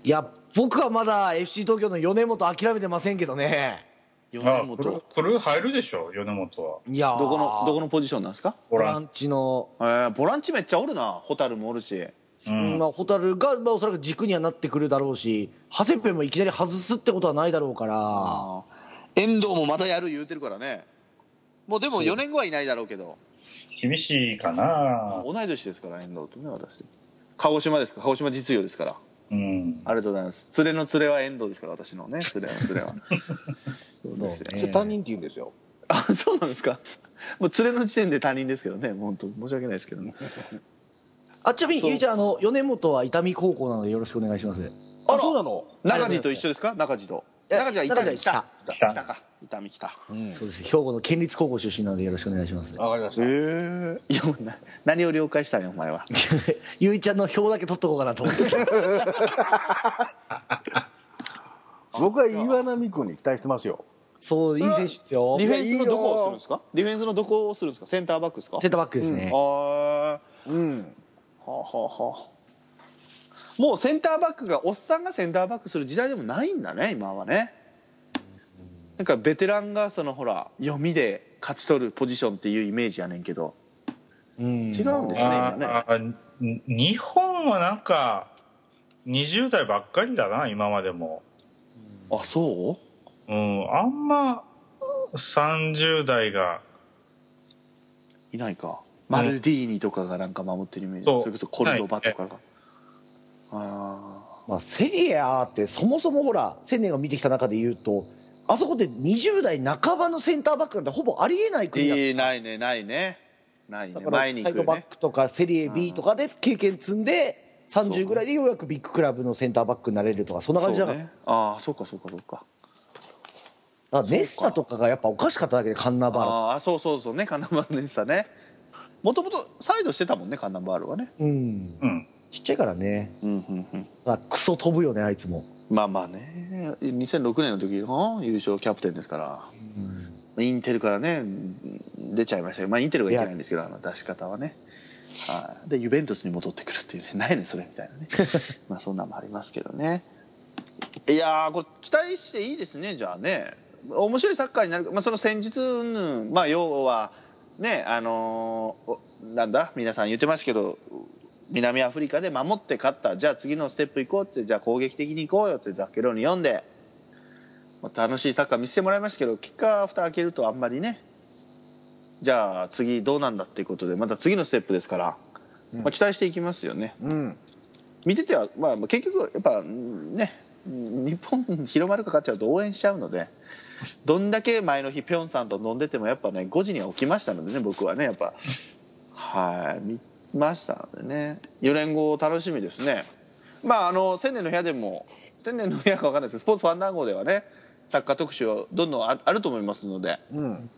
Speaker 2: い
Speaker 3: や僕はまだ FC 東京の米本諦めてませんけどね
Speaker 2: 米
Speaker 1: あ
Speaker 2: 本
Speaker 1: クル
Speaker 2: ど
Speaker 1: クルー入るでしょ米本はい
Speaker 3: やー
Speaker 2: このどこのポジションなんですか
Speaker 1: ボ
Speaker 3: ボ
Speaker 1: ラ
Speaker 3: ラ
Speaker 1: ン
Speaker 3: ンチの、
Speaker 2: えー、ボランチめっちゃおるな蛍もおるし
Speaker 1: う
Speaker 3: うん
Speaker 1: ん
Speaker 3: まあ、蛍が、まあ、おそらく軸にはなってくるだろうし長谷部もいきなり外すってことはないだろうから
Speaker 2: あ遠藤もまたやる言うてるからねもうでも4年後はいないだろうけど
Speaker 1: 厳しいかな
Speaker 2: 同い年ですから遠藤とね私鹿児島ですか鹿児島実業ですから
Speaker 1: うん
Speaker 2: ありがとうございます連れの連れは遠藤ですから私のね連れの連れは そうですよ
Speaker 3: ね
Speaker 4: それ他人って言うんですよ
Speaker 2: あそうなんですかもう連れの時点で他人ですけどねもう本当申し訳ないですけどね
Speaker 3: あちなみに
Speaker 2: そう
Speaker 3: ゆいちゃんあの米本は伊丹高校なのでよろしくお願いします
Speaker 2: あら
Speaker 4: そうなの
Speaker 2: 中地と一緒ですか中地と中地は伊丹来た
Speaker 1: 来
Speaker 2: 来た
Speaker 1: た
Speaker 2: か伊丹来た
Speaker 4: うん
Speaker 3: そうです兵庫の県立高校出身なのでよろしくお願いします
Speaker 4: わかりました
Speaker 2: ええいやもうな何を了解したんやお前は
Speaker 3: ゆいちゃんの表だけ取っとこうかなと 思ってた
Speaker 4: 僕は岩波君に期待してますよ
Speaker 3: そういい選手ですよ
Speaker 2: ディフェンスのどこをするんですかディフェンスのどこをするんですかセンターバックですか
Speaker 3: センターバックですね、
Speaker 2: あ
Speaker 4: うん
Speaker 2: あはあはあはあもうセンターバックがおっさんがセンターバックする時代でもないんだね今はねなんかベテランがそのほら読みで勝ち取るポジションっていうイメージやねんけど
Speaker 3: うん
Speaker 2: 違うんですね今ね
Speaker 1: ああに日本はなんか20代ばっかりだな今までも、
Speaker 2: あそう
Speaker 1: うん、あんま30代が
Speaker 2: いないか。マルディーニとかがなんか守ってるイメージ。
Speaker 1: そう
Speaker 2: それこそコルドバとかが。あ
Speaker 3: まあ、セリエ A ってそもそもほら千年が見てきた中で言うとあそこで20代半ばのセンターバックなんてほぼありえない
Speaker 2: あ。
Speaker 3: 国だ
Speaker 2: いい、ないね、ないね。ないね
Speaker 3: だ。からサ
Speaker 2: 前
Speaker 3: イ
Speaker 2: に行く
Speaker 3: ド
Speaker 2: よ
Speaker 3: バッ
Speaker 2: ね。
Speaker 3: クとかセリエ B とかで経験積んで
Speaker 2: そう
Speaker 3: 30ぐらいでようやくビッグクラブのセンターバックになれるとかそんな
Speaker 2: そ
Speaker 3: 感じじゃ
Speaker 2: う
Speaker 3: なかった
Speaker 2: ね。ああ、そうか、そうか、そうか。
Speaker 3: だからネスタとかがやっぱおかしかっただけでカンナバールとか
Speaker 2: ああ、そうそうそうね、カンナバールでしたね。もともとサイドしてたもんね、カンナバールはね。
Speaker 3: うん
Speaker 1: うん
Speaker 3: ちっちゃいからね
Speaker 2: うん、うん、うん。
Speaker 3: あクソ飛ぶよねあいつも
Speaker 2: まあまあね。2006年の時の優勝キャプテンですから。インテルからね、出ちゃいましたけど、まあインテルがいけないんですけど、あの出し方はね。はいで、ユベントスに戻ってくるっていうね、 ないね、それみたいなね。まあそんなんもありますけどね。いやー、これ期待していいですね、じゃあね。面白いサッカーになるか、まあその戦術云々、まあ要は、ね、あのーおなんだ、皆さん言ってますけど、南アフリカで守って勝ったじゃあ次のステップ行こうっつってじゃあ攻撃的に行こうよっつってザッケロに読んで、まあ、楽しいサッカー見せてもらいましたけど結果蓋開けるとあんまりねじゃあ次どうなんだっていうことでまた次のステップですから、まあ、期待していきますよね
Speaker 4: うん
Speaker 2: 見てては、まあ、結局やっぱうんね日本広まるか勝っちゃうと応援しちゃうのでどんだけ前の日ピョンさんと飲んでてもやっぱね5時には起きましたのでね僕はねやっぱはい見ましたのでね4年後楽しみですねまああの千年の部屋でも千年の部屋か分かんないですけどスポーツファンダンゴではねサッカー特集はどんどんああると思いますので
Speaker 4: うん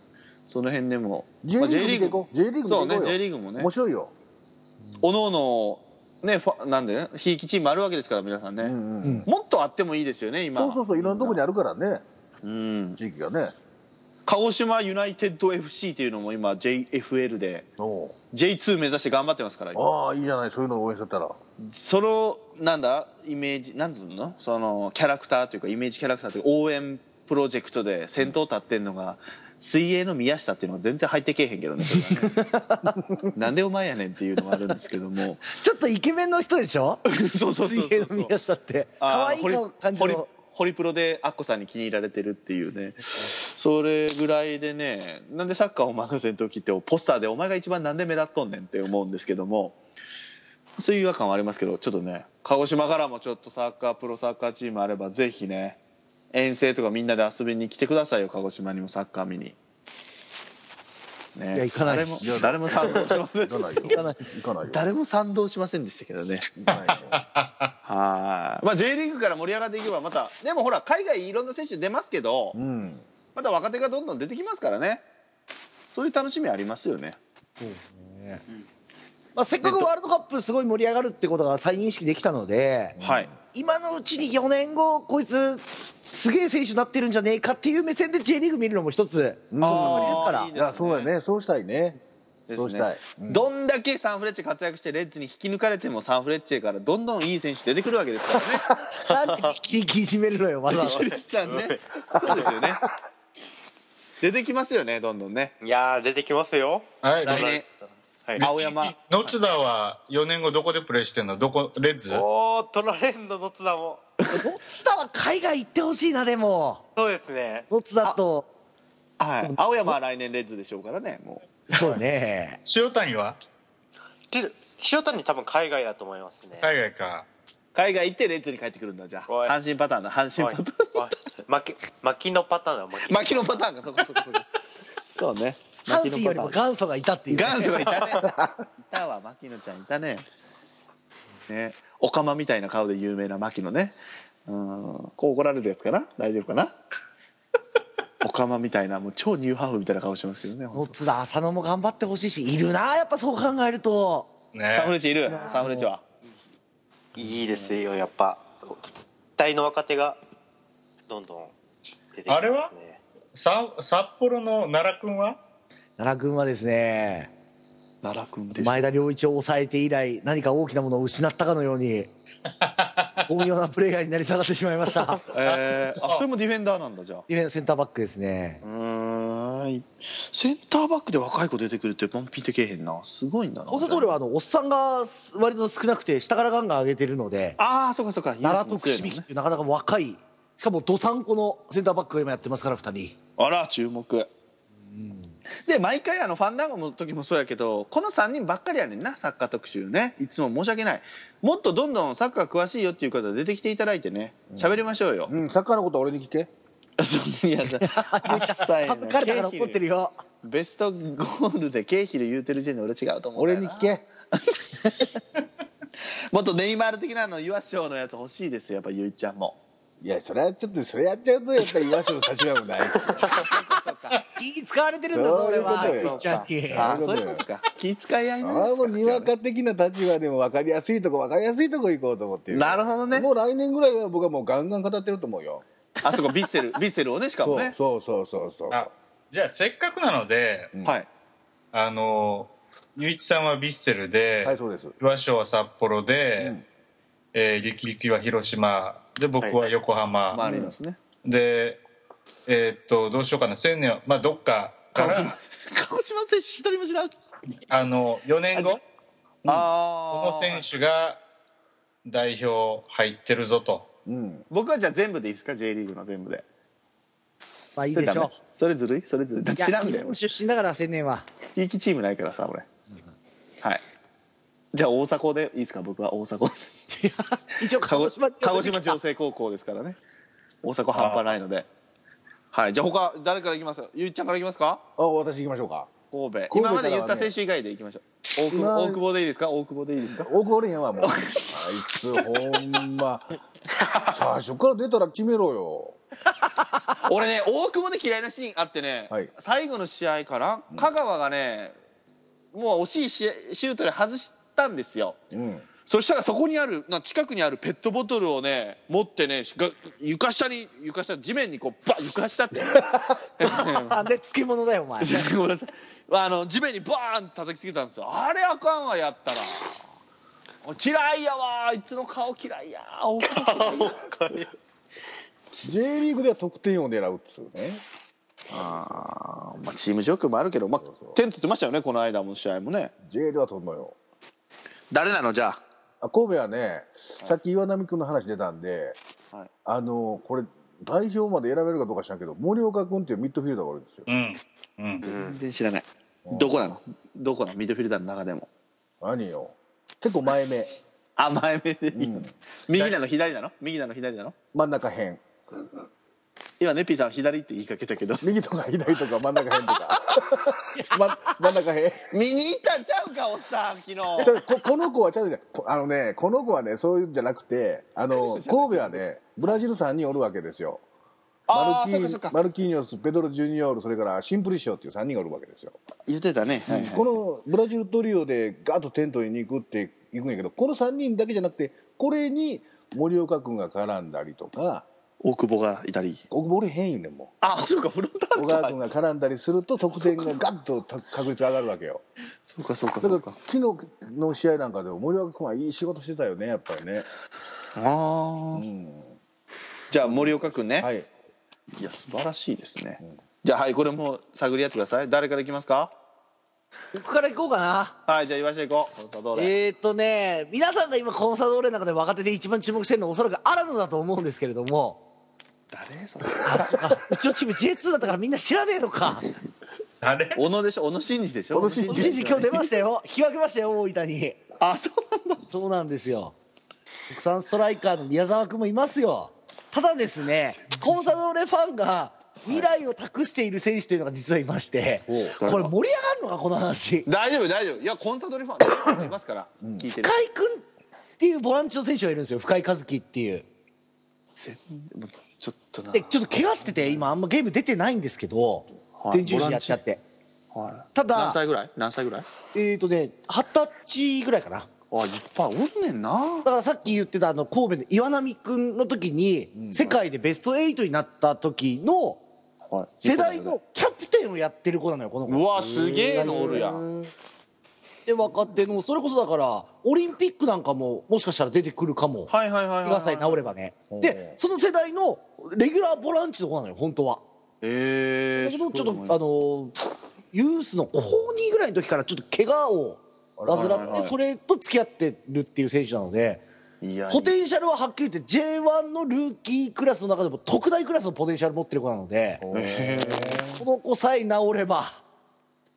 Speaker 2: その辺でも、
Speaker 4: J リーグ見ていこう J リーグ見ていこう
Speaker 2: そうね
Speaker 4: よ
Speaker 2: J リーグもね
Speaker 4: 面白いよ
Speaker 2: おのおのねファなんでねひいきチームあるわけですから皆さんね、
Speaker 4: うんうん
Speaker 2: もっとあってもいいですよね今
Speaker 4: そうそうそういろんなとこにあるからね
Speaker 2: うん
Speaker 4: 地域がね
Speaker 2: 鹿児島ユナイテッド FC というのも今 JFL で
Speaker 4: おう
Speaker 2: J2 目指して頑張ってますから今
Speaker 4: ああいいじゃないそういうのを応援してたら
Speaker 2: そのなんだイメージなんつうのそのキャラクターというかイメージキャラクターというか応援プロジェクトで先頭立ってんのが水泳の宮下っていうのが全然入ってけえへんけどねそれが ねなんでお前やねんっていうのもあるんですけども
Speaker 3: ちょっとイケメンの人でしょ
Speaker 2: そうそうそう
Speaker 3: 水
Speaker 2: そ
Speaker 3: 泳
Speaker 2: う
Speaker 3: の宮下って
Speaker 2: あー
Speaker 3: 可愛い顔
Speaker 2: ホリ
Speaker 3: 感じ
Speaker 2: ホリ
Speaker 3: の
Speaker 2: ホリプロでアッコさんに気に入られてるっていうねそれぐらいでねなんでサッカーを任せん時ってポスターでお前が一番なんで目立っとんねんって思うんですけどもそういう違和感はありますけどちょっとね鹿児島からもちょっとサッカープロサッカーチームあればぜひね遠征とかみんなで遊びに来てくださいよ鹿児島にもサッカー見に。ね
Speaker 3: いや行かないっす
Speaker 2: 誰もいや誰も賛同しません
Speaker 4: 行かないよ
Speaker 3: 行かない
Speaker 4: 行かないよ
Speaker 2: 誰も賛同しませんでしたけどね
Speaker 4: 行かないよ
Speaker 2: はい、まあ、J リーグから盛り上がっていけばまたでもほら海外いろんな選手出ますけど
Speaker 4: うん
Speaker 2: また若手がどんどん出てきますからねそういう楽しみありますよね
Speaker 3: まあ、せっかくワールドカップすごい盛り上がるってことが再認識できたので、
Speaker 2: はい
Speaker 3: 今のうちに4年後こいつすげえ選手になってるんじゃねえかっていう目線で J リーグ見るのも一つ
Speaker 4: うん
Speaker 3: あーですから
Speaker 2: いい
Speaker 4: いやそうだねそうしたいね
Speaker 2: ですね
Speaker 4: そうしたい
Speaker 2: どんだけサンフレッチェ活躍してレッズに引き抜かれてもサンフレッチェからどんどんいい選手出てくるわけです からね
Speaker 3: なんて切り締めるのよわざわざ
Speaker 2: ヒデさんねそうですよね出てきますよねどんどんね
Speaker 5: いやー出てきますよ
Speaker 1: はい
Speaker 2: 来年
Speaker 5: はい
Speaker 2: 青山
Speaker 1: ノツダは4年後どこでプレーしてんのどこレッズ
Speaker 5: おお取られんのどつだも
Speaker 3: ノッツダは海外行ってほしいなでも
Speaker 5: そうですね
Speaker 3: ノッツダと
Speaker 2: はい青山は来年レッズでしょうからねも
Speaker 3: そう ね
Speaker 1: 塩谷は
Speaker 5: けど塩谷多分海外だと思いますね
Speaker 1: 海外か
Speaker 2: う海外行ってレッズに帰ってくるんだじゃあ
Speaker 5: おい
Speaker 2: 阪神パターンだ阪神
Speaker 5: はい
Speaker 2: パターン
Speaker 5: 巻き巻きのパターンだ巻き
Speaker 2: 牧野パターンかそこそこそこそうね
Speaker 3: 阪神よりも元祖がいたっていうね、
Speaker 2: 元祖がいたねいたわ牧野ちゃんいたねねおかまみたいな顔で有名な牧野ねうんこう怒られるやつかな大丈夫かなおかまみたいなもう超ニューハーフみたいな顔してますけどね
Speaker 3: ノッツダ浅野も頑張ってほしいしいるなやっぱそう考えると
Speaker 2: サンフレ
Speaker 1: ね
Speaker 2: ッチェいるサンフレッチェはい
Speaker 5: いですよやっぱ期待の若手がどんどん出てきますね
Speaker 1: あれはさ札幌の奈良君は
Speaker 3: 奈良君はですね
Speaker 2: 奈良君でしょ
Speaker 3: 前田良一を抑えて以来何か大きなものを失ったかのよう に巧妙なプレイヤーになり下がってしまいました
Speaker 2: えーあそれもディフェンダーなんだじゃあ
Speaker 3: ディフェンスセンターバックですね
Speaker 2: うーんセンターバックで若い子出てくるってパンピンってけえへんなすごいんだな
Speaker 3: 大里俺はあのおっさんが割と少なくて下からガンガン上げてるので
Speaker 2: ああそうかそうか
Speaker 3: 奈良と串引き
Speaker 2: ね
Speaker 3: っていうなかなか若いしかもどさんこのセンターバックが今やってますから2人
Speaker 2: あら注目で毎回あのファンダンゴの時もそうやけどこの3人ばっかりやねんなサッカー特集ねいつも申し訳ないもっとどんどんサッカー詳しいよっていう方出てきていただいてね喋りましょう よ、
Speaker 4: うんサッカーのことは俺に聞け
Speaker 2: そういやさ 一切ね
Speaker 3: 恥ずかれたから怒ってるよ
Speaker 2: ベストゴールでケイヒル言うてる時点で俺違うと思うんだ
Speaker 4: 俺
Speaker 2: よ
Speaker 4: に
Speaker 2: な
Speaker 4: 聞け
Speaker 2: もっとネイマール的なのユアショーのやつ欲しいですよやっぱゆいちゃんも
Speaker 4: いやそれはちょっとそれやっちゃうとやっぱり岩城の立場もないし
Speaker 3: 気使われてるんだぞ
Speaker 4: そう
Speaker 3: 俺
Speaker 4: いうこと
Speaker 3: は
Speaker 4: よ
Speaker 3: スイッチャーに
Speaker 2: ああ
Speaker 4: なるほ
Speaker 2: そう
Speaker 4: ど
Speaker 2: いうことか気遣い合いながら
Speaker 4: ああもうにわか的な立場でも分かりやすいとこ分かりやすいとこ行こうと思ってる
Speaker 2: なるほどね
Speaker 4: もう来年ぐらいは僕はもうガンガン語ってると思うよ
Speaker 2: あそこビッセルビッセルをねしかもね
Speaker 4: そうそうそうそう
Speaker 1: あじゃあせっかくなので
Speaker 4: う
Speaker 2: はい
Speaker 1: あのゆういちさんはヴィッセル
Speaker 4: はい
Speaker 1: で
Speaker 4: そうです
Speaker 1: 岩礁は札幌で、
Speaker 4: うん
Speaker 1: えー、リキリキは広島で僕は横浜、
Speaker 2: まあありますね
Speaker 1: でえーっとどうしようかな千年はまあどっかから
Speaker 2: 鹿児島選手一人も知らん
Speaker 1: あの4年後こ
Speaker 2: あ
Speaker 1: の選手が代表入ってるぞと
Speaker 4: うん
Speaker 2: 僕はじゃあ全部でいいですか J リーグの全部で
Speaker 3: まあいい
Speaker 2: それダ
Speaker 3: でし
Speaker 2: メ
Speaker 3: ょ
Speaker 2: それずるいそれずるいだ
Speaker 3: う
Speaker 2: って知らんだよ俺
Speaker 3: 出身だから青年は
Speaker 2: 地域チームないからさ俺はいじゃあ大阪でいいですか僕は大阪
Speaker 3: 一応
Speaker 2: 鹿
Speaker 3: 鹿児
Speaker 2: 児
Speaker 3: 島
Speaker 2: 鹿児島女性高校ですからね大阪半端ないのではいじゃあ他誰からいきますゆいちゃんからいきますか
Speaker 4: あ私行きましょうか
Speaker 2: 神戸
Speaker 4: 戸
Speaker 2: 今まで言っ
Speaker 4: か
Speaker 2: た
Speaker 4: らね
Speaker 2: 選手以外でいきましょう大久
Speaker 4: 今
Speaker 2: 保大久保でいいですか大久保でいいですか
Speaker 4: 大久保おれへん わもうあいつほんま最初から出たら決めろよ
Speaker 2: 俺ね大久保で嫌いなシーンあってね、
Speaker 4: はい
Speaker 2: 最後の試合かな香川がね、もう惜しい試合シュートで外したんですよ
Speaker 4: うん
Speaker 2: そしたらそこにあるな近くにあるペットボトルをね持ってねしが床下に床下地面にこうバッ床下って
Speaker 3: あで漬物だよお 前
Speaker 2: ごめんなさいあの地面にバーン叩きつけたんですよあれあかんわやったら嫌いやわあいつの顔嫌 いや大久保嫌いや
Speaker 4: J リーグでは得点を狙うっつうね
Speaker 2: あーまあチーム状況もあるけど、まあ
Speaker 4: そうそう、
Speaker 2: 点取ってましたよねこの間も試合もね
Speaker 4: J では取んのよ
Speaker 2: 誰なのじゃ
Speaker 4: あ神戸はねさっき岩波君の話出たんで、
Speaker 2: はい
Speaker 4: あのこれ代表まで選べるかどうか知らんけど森岡君っていうミッドフィルダーがおるんですよ
Speaker 1: うんうん
Speaker 2: 全然知らないどこなのどこなのミッドフィルダーの中でも
Speaker 4: 何よ結構前目
Speaker 2: あ前目でいい、
Speaker 4: うん
Speaker 2: 右なの左なの右なの左なの
Speaker 4: 真ん中辺
Speaker 2: 今ねピーさん左って言いかけたけど
Speaker 4: 右とか左とか真ん中辺とかま 真ん中辺
Speaker 2: 見に行ったんちゃうかおっさん昨日
Speaker 4: ちょここの子はちゃうじゃんこあのねこの子はねそういうんじゃなくてあの神戸はねブラジル3人おるわけですよ
Speaker 2: あ
Speaker 4: マ
Speaker 2: あそっ
Speaker 4: ル
Speaker 2: か
Speaker 4: キ
Speaker 2: そっか
Speaker 4: マルキーニョスペドロ・ジュニオールそれからシンプリシオっていう3人がおるわけですよ
Speaker 2: 言ってたね、はいはい
Speaker 4: このブラジルトリオでガーッとテントに行くって行くんやけどこの3人だけじゃなくてこれに森岡君が絡んだりとか
Speaker 2: 大久保がいたり
Speaker 4: 僕も俺変よねんも
Speaker 2: あそうかフロンター
Speaker 4: う小
Speaker 2: レ
Speaker 4: 川
Speaker 2: か
Speaker 4: 君が絡んだりすると得点がガッと確率上がるわけよ
Speaker 2: そうかそうか
Speaker 4: だ
Speaker 2: そ
Speaker 4: か
Speaker 2: うか
Speaker 4: ら昨日の試合なんかでも森岡君はいい仕事してたよねやっぱりね、
Speaker 2: ああ
Speaker 4: うん、
Speaker 2: じゃあ森岡君ね、、
Speaker 4: はいい
Speaker 2: や素晴らしいですね、じゃあはいこれも探り合ってください誰からいきますか
Speaker 3: 僕から行こうかな
Speaker 2: はいじゃあ言わしていこうコンサドーレ
Speaker 3: えーっとね皆さんが今コンサドーレの中で若手で一番注目してるのはおそらくアラノだと思うんですけれども
Speaker 2: 誰それ
Speaker 3: あそう かうちのチーム J2 だったからみんな知らねえの か
Speaker 1: あれ
Speaker 2: 小野でしょ小野真二でしょ
Speaker 4: 小野伸二
Speaker 3: 一時今日出ましたよ引き分けましたよ大分に
Speaker 2: あそうなんだ
Speaker 3: そうなんですよ国産ストライカーの宮沢君もいますよただですねコンサドーレファンが未来を託している選手というのが実はいましてこ
Speaker 2: おう
Speaker 3: れ
Speaker 2: 誰だ
Speaker 3: 盛り上がるのかこの話
Speaker 2: 大丈夫大丈夫いやコンサドーレファンいますから、聞いて
Speaker 3: 深
Speaker 2: る
Speaker 3: 井君っていうボランチの選手がいるんですよ深井和樹っていう
Speaker 2: 全然ちょっとな
Speaker 3: でちょっと怪我してて今あんまゲーム出てないんですけど
Speaker 2: はい
Speaker 3: 前十字やっちゃって
Speaker 2: は
Speaker 3: た
Speaker 2: い何
Speaker 3: だ
Speaker 2: 歳ぐらい何歳ぐらい
Speaker 3: えっとね二十歳ぐらいかな
Speaker 2: あいっぱいおんねんな
Speaker 3: だからさっき言ってたあの神戸の岩波君の時に世界でベスト8になった時の世代のキャプテンをやってる子なのよこの
Speaker 2: う
Speaker 3: 子
Speaker 2: わすげえのおるやん
Speaker 3: で若手のそれこそだからオリンピックなんかももしかしたら出てくるかも
Speaker 2: はいはいはいはい、
Speaker 3: 怪我さえ治ればねでその世代のレギュラーボランチの子なのよ本当は
Speaker 2: え
Speaker 3: だ
Speaker 2: え
Speaker 3: けどちょっとあのユースの高2ぐらいの時からちょっと怪我を
Speaker 2: はい
Speaker 3: 患っ
Speaker 2: はいは
Speaker 3: て
Speaker 2: い
Speaker 3: それと付き合ってるっていう選手なので
Speaker 2: いや
Speaker 3: ポテンシャルははっきり言って J1 のルーキークラスの中でも特大クラスのポテンシャル持ってる子なので
Speaker 2: へー
Speaker 3: この子さえ治れば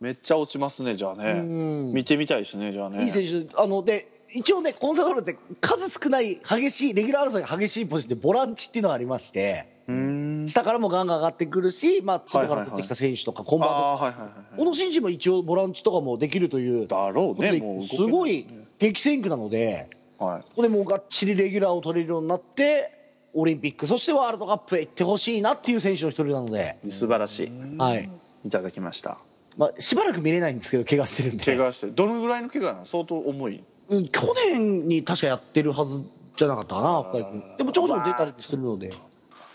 Speaker 2: めっちゃ落ちますねじゃあ
Speaker 3: う
Speaker 2: ね
Speaker 3: ん
Speaker 2: 見てみたいですねじゃあね
Speaker 3: いい選手あので一応ねコンサドーレって数少ない激しいレギュラー争いが激しいポジションでボランチっていうのがありまして
Speaker 2: うーん
Speaker 3: 下からもガンガン上がってくるし、まあ、外か
Speaker 2: はいは
Speaker 3: ら
Speaker 2: いはい
Speaker 3: 取ってきた選手とかコンバート
Speaker 2: ああーはいはいはい
Speaker 3: 小野伸二も一応ボランチとかもできるという
Speaker 2: だろうねもう動け
Speaker 3: すごい激戦区なので
Speaker 2: はい
Speaker 3: ここでもうがっちりレギュラーを取れるようになってオリンピックそしてワールドカップへ行ってほしいなっていう選手の一人なので、
Speaker 2: 素晴らしい
Speaker 3: はい
Speaker 2: いただきました
Speaker 3: まあ、しばらく見れないんですけど怪我してるんで
Speaker 2: 怪我してどのぐらいの怪我なの相当重い
Speaker 3: うん去年に確かやってるはずじゃなかったかな深井君でもちょこちょこ出たりするので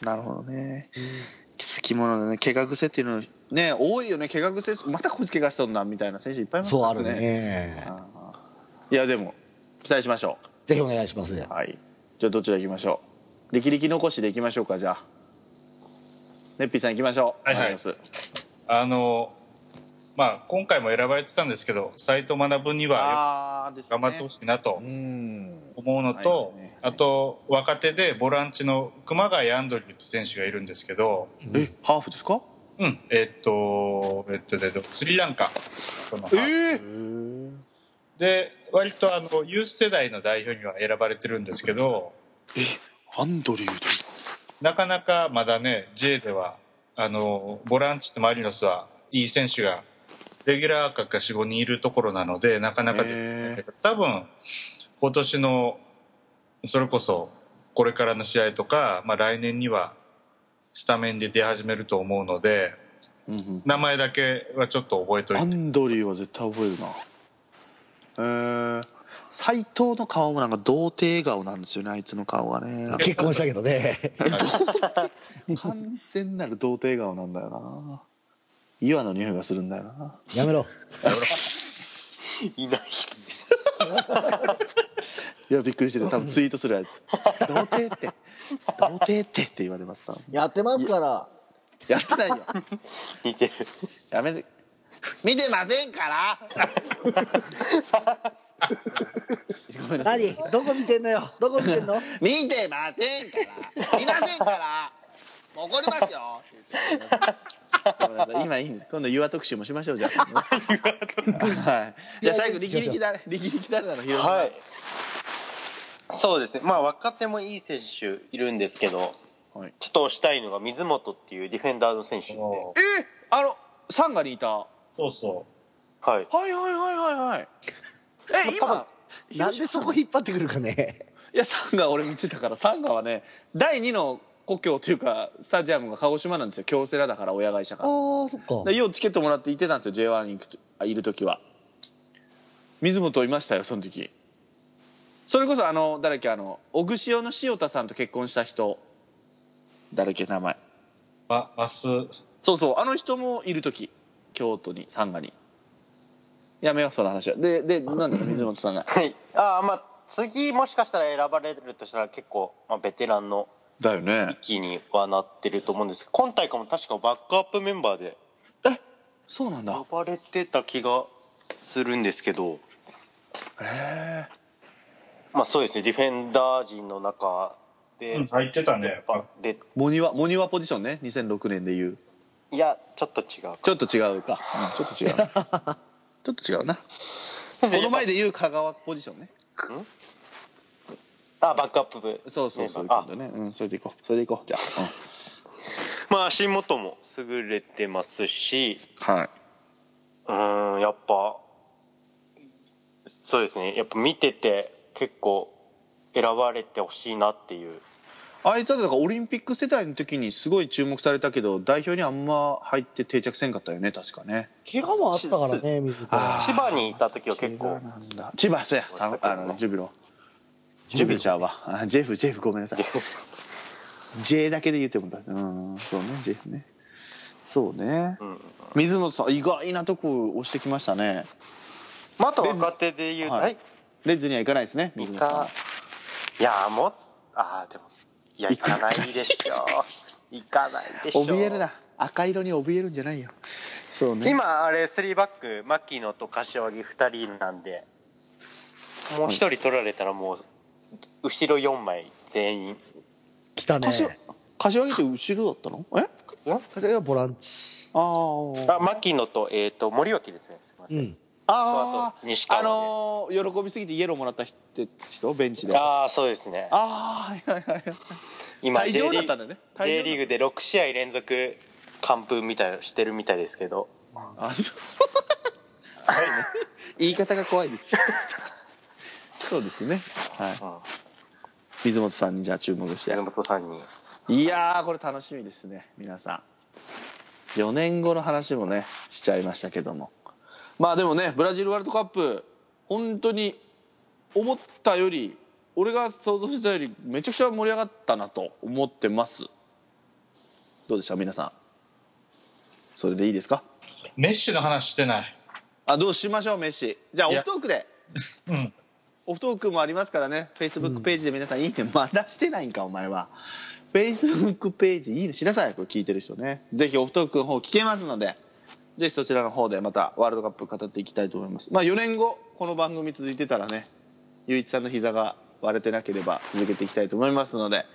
Speaker 2: なるほどね好き者のね怪我癖っていうのね多いよね怪我癖またこいつ怪我しとんなみたいな選手いっぱいいます
Speaker 3: そう
Speaker 2: か
Speaker 3: あ
Speaker 2: ら
Speaker 3: るね
Speaker 2: いやでも期待しましょ
Speaker 3: ぜひお願いします
Speaker 2: うはいじゃあどちら行きましょう力力残しで行きましょうかじゃあねっぴーさん行きましょう
Speaker 1: はいはい
Speaker 2: マリノス
Speaker 1: あのまあ今回も選ばれてたんですけど斎藤学には
Speaker 2: ああですね
Speaker 1: 頑張ってほしいなと
Speaker 4: うん
Speaker 1: 思うのと、
Speaker 2: はいはいはい
Speaker 1: あと若手でボランチの熊谷アンドリューって選手がいるんですけど、
Speaker 2: えハーフですか
Speaker 1: うん、えっと、えっと、えっとスリランカとの
Speaker 2: え
Speaker 1: で、割とあの、ユース世代の代表には選ばれてるんですけど、
Speaker 2: アンドリュー
Speaker 1: なかなかまだね、J では、あの、ボランチとマリノスはいい選手が、レギュラー格が4、5人いるところなので、なかなかできないけど、多分、今年の、それこそ、これからの試合とか、まあ来年には、スタメンで出始めると思うので、
Speaker 2: うん
Speaker 1: 名前だけはちょっと覚えと
Speaker 2: うん
Speaker 1: い
Speaker 2: ア
Speaker 1: て。
Speaker 2: ンドリューは絶対覚えるなえー斎藤の顔もなんか童貞顔なんですよねあいつの顔がね
Speaker 3: 結婚したけどね
Speaker 2: 完全なる童貞顔なんだよな岩の匂いがするんだよな
Speaker 3: やめろ
Speaker 5: いない
Speaker 2: いやびっくりしてる多分ツイートするやつ「 童貞って童貞って」って言われますた
Speaker 4: やってますから
Speaker 2: やってないよ
Speaker 5: 似てる
Speaker 2: やめて見てませんからごめんなさい
Speaker 3: 何どこ見てんのよどこ見てんの
Speaker 2: 見てませんから見ませんから怒りますよって言ってごめんなさい今いいんです今度 UR 特集もしましょうじゃあはいじゃあ最後力力誰力力誰なのヒロミさん
Speaker 5: はい。そうですね。まあ若手もいい選手いるんですけど、
Speaker 2: はい
Speaker 5: ちょっと推したいのが水本っていうディフェンダーの選手で、は
Speaker 2: えあのサンガにいたはい
Speaker 1: そうそ
Speaker 5: い。
Speaker 2: はいはいはいはいえ今
Speaker 3: なんでそこ引っ張ってくるかね
Speaker 2: いやサンガ俺見てたからサンガはね第二の故郷というかスタジアムが鹿児島なんですよ京セラだから親会社
Speaker 3: あ
Speaker 2: が
Speaker 3: ーそっか
Speaker 2: でようチケットもらって行ってたんですよ J1 に行くとあいる時は水本いましたよその時それこそあの誰だっけあの小串用の塩田さんと結婚した人誰だっけ名前
Speaker 1: う。ま、マス、
Speaker 2: そうそうあの人もいる時京都にサンガにやめようその話はででなんだか水本さんが
Speaker 5: はい。ああ、まあ次もしかしたら選ばれるとしたら結構、まあ、ベテランの
Speaker 2: だよね
Speaker 5: 域にはなってると思うんですけど、今大会も確かバックアップメンバーで
Speaker 2: えそうなんだ
Speaker 5: 選ばれてた気がするんですけど、
Speaker 2: へ
Speaker 5: まあそうですね。ディフェンダー陣の中で、
Speaker 1: うん、入ってたね。
Speaker 5: ばで
Speaker 2: モニワモニワポジションね2006年でいう
Speaker 5: いやちょっと違う。
Speaker 2: ちょっと違うか、うんちょっと違う ちょっと違うなこの前で言う香川ポジションね
Speaker 5: あバックアップ部
Speaker 2: そうそうそういう
Speaker 5: メンバー
Speaker 2: ことねうんそれでいこうそれでいこうじゃ
Speaker 5: あまあ足元も優れてますし
Speaker 2: あ、うんはいう
Speaker 5: ーんやっぱそうですねやっぱ見てて結構選ばれてほしいなっていう
Speaker 2: あいつはだからオリンピック世代の時にすごい注目されたけど代表にあんま入って定着せんかったよね確かね
Speaker 3: 怪我もあったからね水戸
Speaker 2: あー
Speaker 5: 千葉にいた時は結構
Speaker 2: 千葉そうやさんあのジュビロジュビロちゃうわあジェフジェフごめんなさい J だけで言ってもだうんそうね J ねそうね、
Speaker 5: ん
Speaker 2: 水本さん意外なとこ押してきましたね
Speaker 5: まああと若手で言うと
Speaker 2: はい
Speaker 5: はい
Speaker 2: レッズには行かないですね
Speaker 5: い
Speaker 2: 水本さ
Speaker 5: たいやもうああでもいや行かないでし ょ行かないでし
Speaker 2: ん
Speaker 5: ょ
Speaker 2: 怯えるな赤色に怯えるんじゃないよそうね
Speaker 5: 今あれ3バック牧野と柏木2人なんでもう1人取られたらもう後ろ4枚全員
Speaker 3: 来たね
Speaker 2: 柏柏木って後ろだったのえ
Speaker 3: 柏がボランチ
Speaker 2: あ
Speaker 5: あ牧野と,、えー、と森脇ですねすいませ、
Speaker 3: うんん
Speaker 2: ああ
Speaker 5: あと西
Speaker 2: ああ
Speaker 5: 川で
Speaker 2: のー喜びすぎてイエローもらった人人ベンチであ
Speaker 5: ああそうですね
Speaker 2: あーはいはいはい
Speaker 5: 今
Speaker 2: 退
Speaker 5: J
Speaker 2: 場
Speaker 5: リ
Speaker 2: だ
Speaker 5: ー
Speaker 2: ったん
Speaker 5: グ
Speaker 2: だね
Speaker 5: J リー
Speaker 2: グ
Speaker 5: グで6試合連続完封みたいしてるみたいですけど
Speaker 2: あそう 言い方が怖いですそうですねはい、水本さんにじゃあ注目して
Speaker 5: 山本さんに
Speaker 2: いやーこれ楽しみですね皆さん4年後の話もねしちゃいましたけどもまあでもねブラジルワールドカップ本当に思ったより俺が想像してたよりめちゃくちゃ盛り上がったなと思ってますどうでした皆さんそれでいいですか
Speaker 1: メッシの話してない。
Speaker 2: あどうしましょうメッシじゃあオ
Speaker 1: いや
Speaker 2: フトークで
Speaker 1: うん。
Speaker 2: オフトークもありますからねフェイスブックページで皆さん「いいね」まだしてないんかお前はフェイスブックページ「いいね」しなさいこれ聞いてる人ねぜひオフトークの方聞けますのでぜひそちらの方でまたワールドカップ語っていきたいと思いますまあ4年後この番組続いてたらねゆういちさんの膝が割れてなければ続けていきたいと思いますので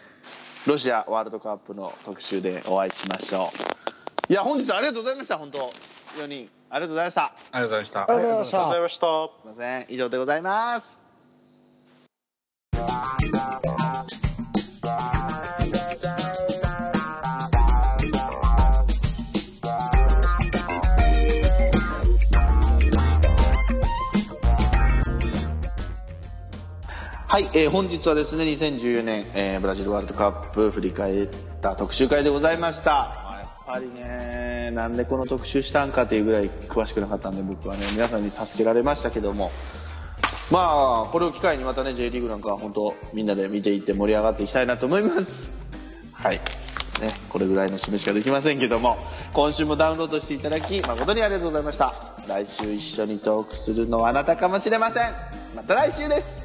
Speaker 2: ロシアワールドカップの特集でお会いしましょういや本日はありがとうございました本当4人ありがとうございました
Speaker 1: ありがとうございました
Speaker 3: あ。りがとうございまし
Speaker 5: ありが
Speaker 3: た
Speaker 5: とうございました
Speaker 2: すいません以上でございますはい、えー本日はですね2014年、えーブラジルワールドカップ振り返った特集会でございましたまあやっぱりねなんでこの特集したんかっていうぐらい詳しくなかったんで僕はね皆さんに助けられましたけどもまあこれを機会にまたね J リーグなんかは本当みんなで見ていって盛り上がっていきたいなと思いますはいね、これぐらいの締めしかできませんけども今週もダウンロードしていただき誠にありがとうございました来週一緒にトークするのはあなたかもしれませんまた来週です